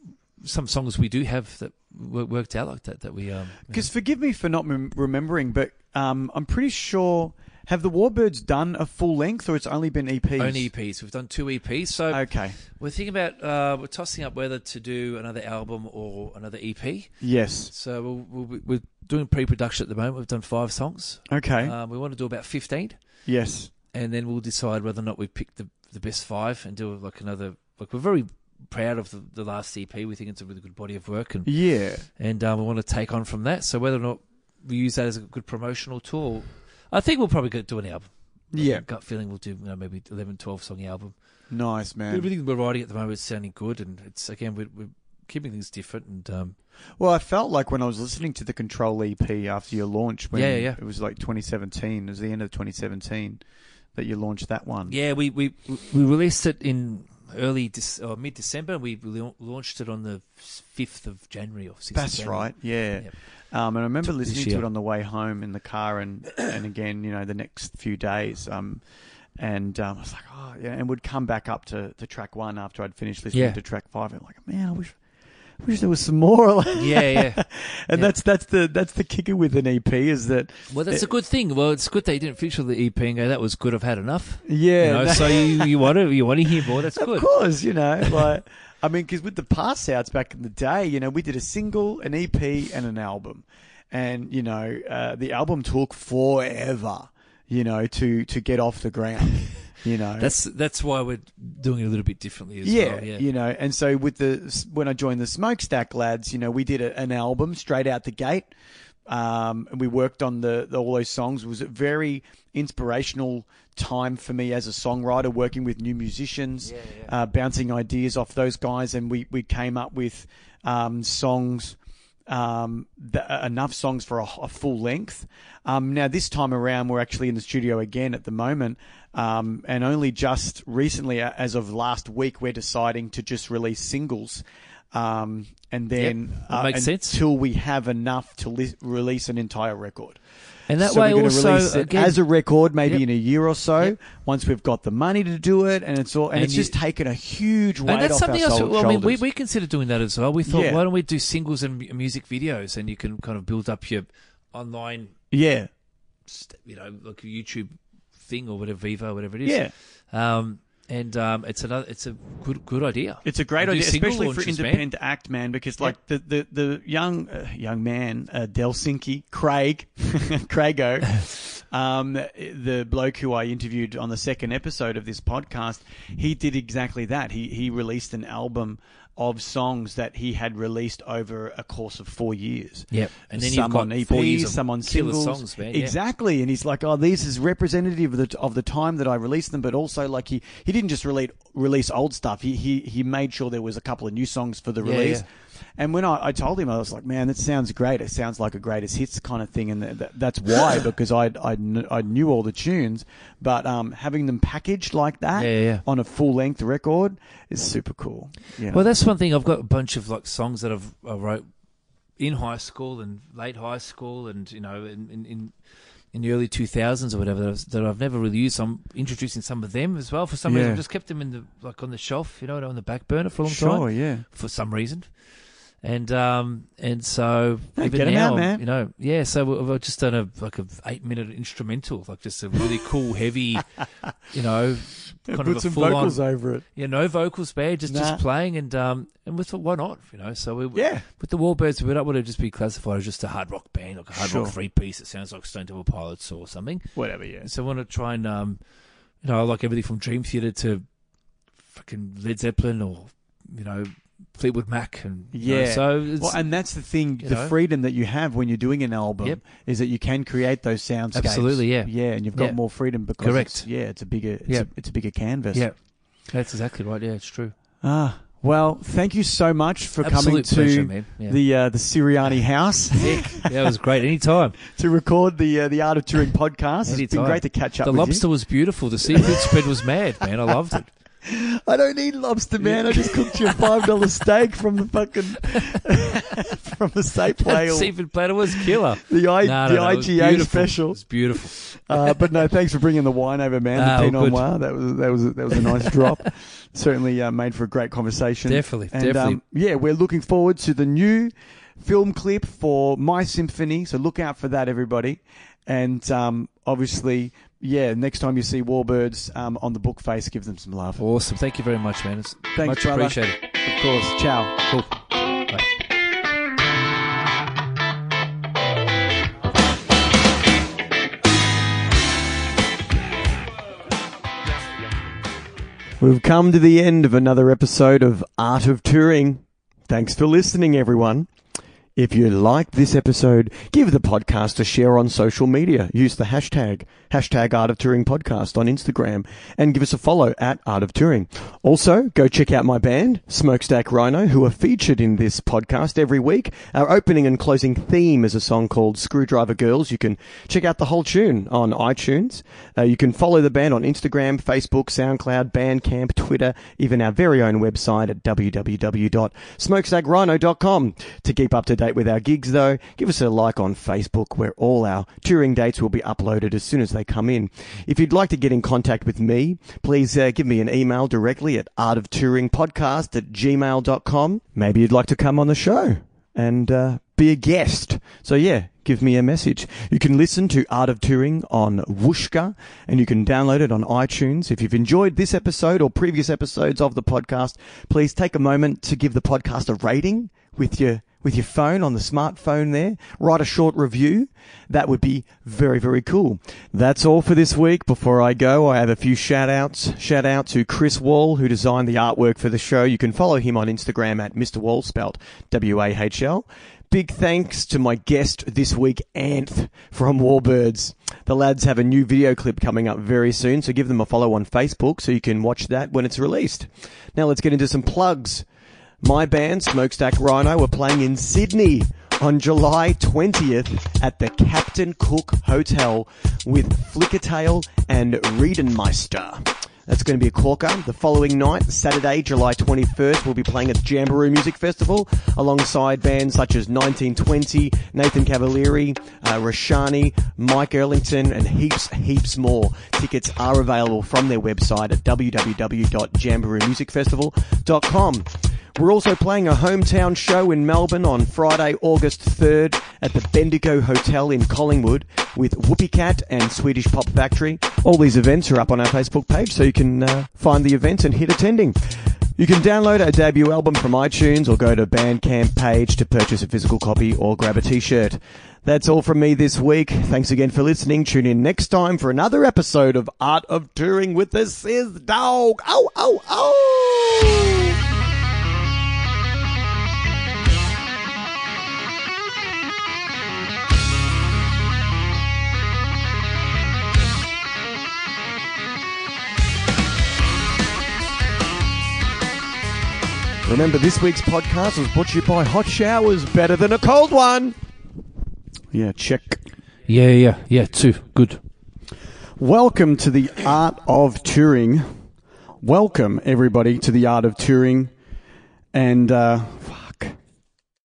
some songs we do have that wor- worked out like that that we um Because forgive me for not mem- remembering, but um, I'm pretty sure have the Warbirds done a full length, or it's only been EPs? own EPs we've done two EPs so Okay. We're thinking about uh, we're tossing up whether to do another album or another EP. Yes. So we'll, we'll, we're doing pre-production at the moment. We've done five songs. Okay. Um, we want to do about fifteen, yes. and then we'll decide whether or not we pick the the best five and do like another. Like we're very proud of the, the last EP. We think it's a really good body of work, and Yeah. and um, we want to take on from that. So whether or not we use that as a good promotional tool, I think we'll probably go do an album. Yeah. gut feeling we'll do you know, maybe 11, 12 song album. Nice man. Everything we're writing at the moment is sounding good, and it's again we're, we're keeping things different. And um, Well, I felt like when I was listening to the Control EP after your launch, when Yeah, yeah, yeah. it was like 2017, it was the end of 2017 that you launched that one. yeah, we, we we released it in early Dec- or mid December. We la- launched it on the fifth of January or sixth. That's right. Yeah. Yep. Um, and I remember Took this listening to year. it on the way home in the car and, and again, you know, the next few days. Um, and um, I was like, oh, yeah. And would come back up to, to track one after I'd finished listening Yeah. to track five. And I'm like, man, I wish. I Wish there was some more, and Yeah, yeah. that's that's the that's the kicker with an EP is that Well, that's a good thing. Well, it's good they didn't feature the EP and go, "That was good. I've had enough." yeah, you know, no- so you, you want to you want to hear more. That's Of good. course, you know, like I mean, because with the pass outs back in the day, you know, we did a single, an EP, and an album, and you know, uh, the album took forever. you know, to to get off the ground. You know, That's that's why we're doing it a little bit differently as yeah, well. Yeah, you know, and so with the when I joined the Smokestack lads, you know, we did a, an album straight out the gate, um, and we worked on the, the all those songs. It was a very inspirational time for me as a songwriter, working with new musicians, Uh, bouncing ideas off those guys, and we we came up with um, songs. Um, the, enough songs for a, a full length. Um, now this time around, we're actually in the studio again at the moment, um, and only just recently, uh, as of last week, we're deciding to just release singles, um, and then uh, Yep, that makes sense. until we have enough to li- release an entire record. and that so way we're going to also release it again, as a record, maybe Yep. in a year or so, Yep. once we've got the money to do it, and it's all, and, And it's you- just taken a huge weight and that's off something our else. shou- Well, I mean, we, shoulders. we considered doing that as well. We thought, Yeah. why don't we do singles and mu- music videos, and you can kind of build up your online, yeah, st- you know, like a YouTube thing or whatever, Viva, whatever it is. yeah. Um, and um, it's another, it's a good good idea. It's a great Do idea, single especially for launches, man. independent act, man. Because like the the the young uh, young man uh, Delsinki Craig Craigo, um, the bloke who I interviewed on the second episode of this podcast, he did exactly that. He he released an album of songs that he had released over a course of four years. Yep. And then you've some on got EPs, four years of some on killer singles. songs, man, yeah. Exactly. And he's like, oh, this is representative of the, of the time that I released them, but also like he, he didn't just release release old stuff. He, he he made sure there was a couple of new songs for the Yeah, release. yeah. And when I, I told him, I was like, man, that sounds great. It sounds like a greatest hits kind of thing. And th- th- that's why, because I, I, kn- I knew all the tunes, but um, having them packaged like that Yeah, yeah, yeah. on a full length record is super cool. You know? Well, that's one thing. I've got a bunch of like songs that I've I wrote in high school and late high school, and you know, in in, in, in the early two thousands or whatever that I've, that I've never really used. So I'm introducing some of them as well. For some reason, Yeah. I've just kept them in the like on the shelf, you know, on the back burner for a long sure, time yeah. for some reason. And um and so Hey, even get 'em now, out, man. you know, yeah. So we- I've just done a like a eight minute instrumental, like just a really cool, heavy, you know, kind of a full on over it. yeah, no vocals, bad, just Nah. just playing, and um, and we thought, why not? You know, so we Yeah. with the Warbirds, we don't want to just be classified as just a hard rock band, like a hard Sure. rock three piece that sounds like Stone Temple Pilots or something. Whatever, yeah. And so I want to try and um, you know, I like everything from Dream Theater to fucking Led Zeppelin or you know Fleetwood Mac, and you know, Yeah. so it's, Well, and that's the thing, you the know? freedom that you have when you're doing an album Yep. is that you can create those soundscapes. Absolutely, yeah. Yeah, and you've got Yeah. more freedom because Correct. It's, yeah, it's a bigger it's, Yeah. a, it's a bigger canvas. yeah, that's exactly right. Yeah, it's true. Ah, well, thank you so much for coming Absolute to pleasure, man. Yeah. the uh, the Siriani house yeah, it was great. Anytime. to record the uh, the Art of Touring podcast. It's been Anytime. great to catch up the with lobster was beautiful. The seafood spread was mad, man. I loved it. you. I don't need lobster, man. I just cooked you a $5 steak from the fucking from the safe play or seafood platter was killer. the, I, No, the no, no, it was IGA beautiful. special. It was beautiful. Uh, but no, thanks for bringing the wine over, man. Ah, the Pinot all good. Noir. That was that was that was a nice drop. Certainly uh, made for a great conversation. Definitely, and, definitely. Um, yeah, we're looking forward to the new film clip for My Symphony. So look out for that, everybody. And um, obviously, yeah, next time you see Warbirds um, on the book face, give them some love. Awesome. Thank you very much, man. It's Thanks, much brother. appreciated. Of course, ciao. Cool. Bye. We've come to the end of another episode of Art of Touring. Thanks for listening, everyone. If you liked this episode, give the podcast a share on social media. Use the hashtag, hashtag Art of Touring Podcast on Instagram, and give us a follow at Art of Touring. Also, go check out my band, Smokestack Rhino, who are featured in this podcast every week. Our opening and closing theme is a song called Screwdriver Girls. You can check out the whole tune on iTunes. Uh, you can follow the band on Instagram, Facebook, SoundCloud, Bandcamp, Twitter, even our very own website at www.smokestackrhino.com. To keep up to date with our gigs, though, give us a like on Facebook, where all our touring dates will be uploaded as soon as they come in. If you'd like to get in contact with me, please uh, give me an email directly at artoftouringpodcast at gmail.com. Maybe you'd like to come on the show and uh, be a guest. So yeah, give me a message. You can listen to Art of Touring on Wooshka and you can download it on iTunes. If you've enjoyed this episode or previous episodes of the podcast, please take a moment to give the podcast a rating with your with your phone on the smartphone there. Write a short review. That would be very, very cool. That's all for this week. Before I go, I have a few shout outs. Shout out to Chris Wall, who designed the artwork for the show. You can follow him on Instagram at Mr. Wall, spelled W-A-H-L. Big thanks to my guest this week, Anth from Warbirds. The lads have a new video clip coming up very soon, so give them a follow on Facebook so you can watch that when it's released. Now let's get into some plugs. My band, Smokestack Rhino, were playing in Sydney on July 20th at the Captain Cook Hotel with Flickertail and Redenmeister. That's going to be a corker. The following night, Saturday, July 21st, we'll be playing at the Jamboree Music Festival alongside bands such as 1920, Nathan Cavalieri, uh, Rashani, Mike Erlington, and heaps, heaps more. Tickets are available from their website at www.jamboreemusicfestival.com. We're also playing a hometown show in Melbourne on Friday, August 3rd at the Bendigo Hotel in Collingwood with Whoopie Cat and Swedish Pop Factory. All these events are up on our Facebook page so you can uh, find the events and hit attending. You can download our debut album from iTunes or go to Bandcamp page to purchase a physical copy or grab a t-shirt. That's all from me this week. Thanks again for listening. Tune in next time for another episode of Art of Touring with the Sizz Dog. Oh, oh, oh! Remember, this week's podcast was brought to you by Hot Showers, better than a cold one. Yeah, check. Yeah, yeah, yeah. Too good. Welcome to the Art of Touring. Welcome, everybody, to the Art of Touring. And uh,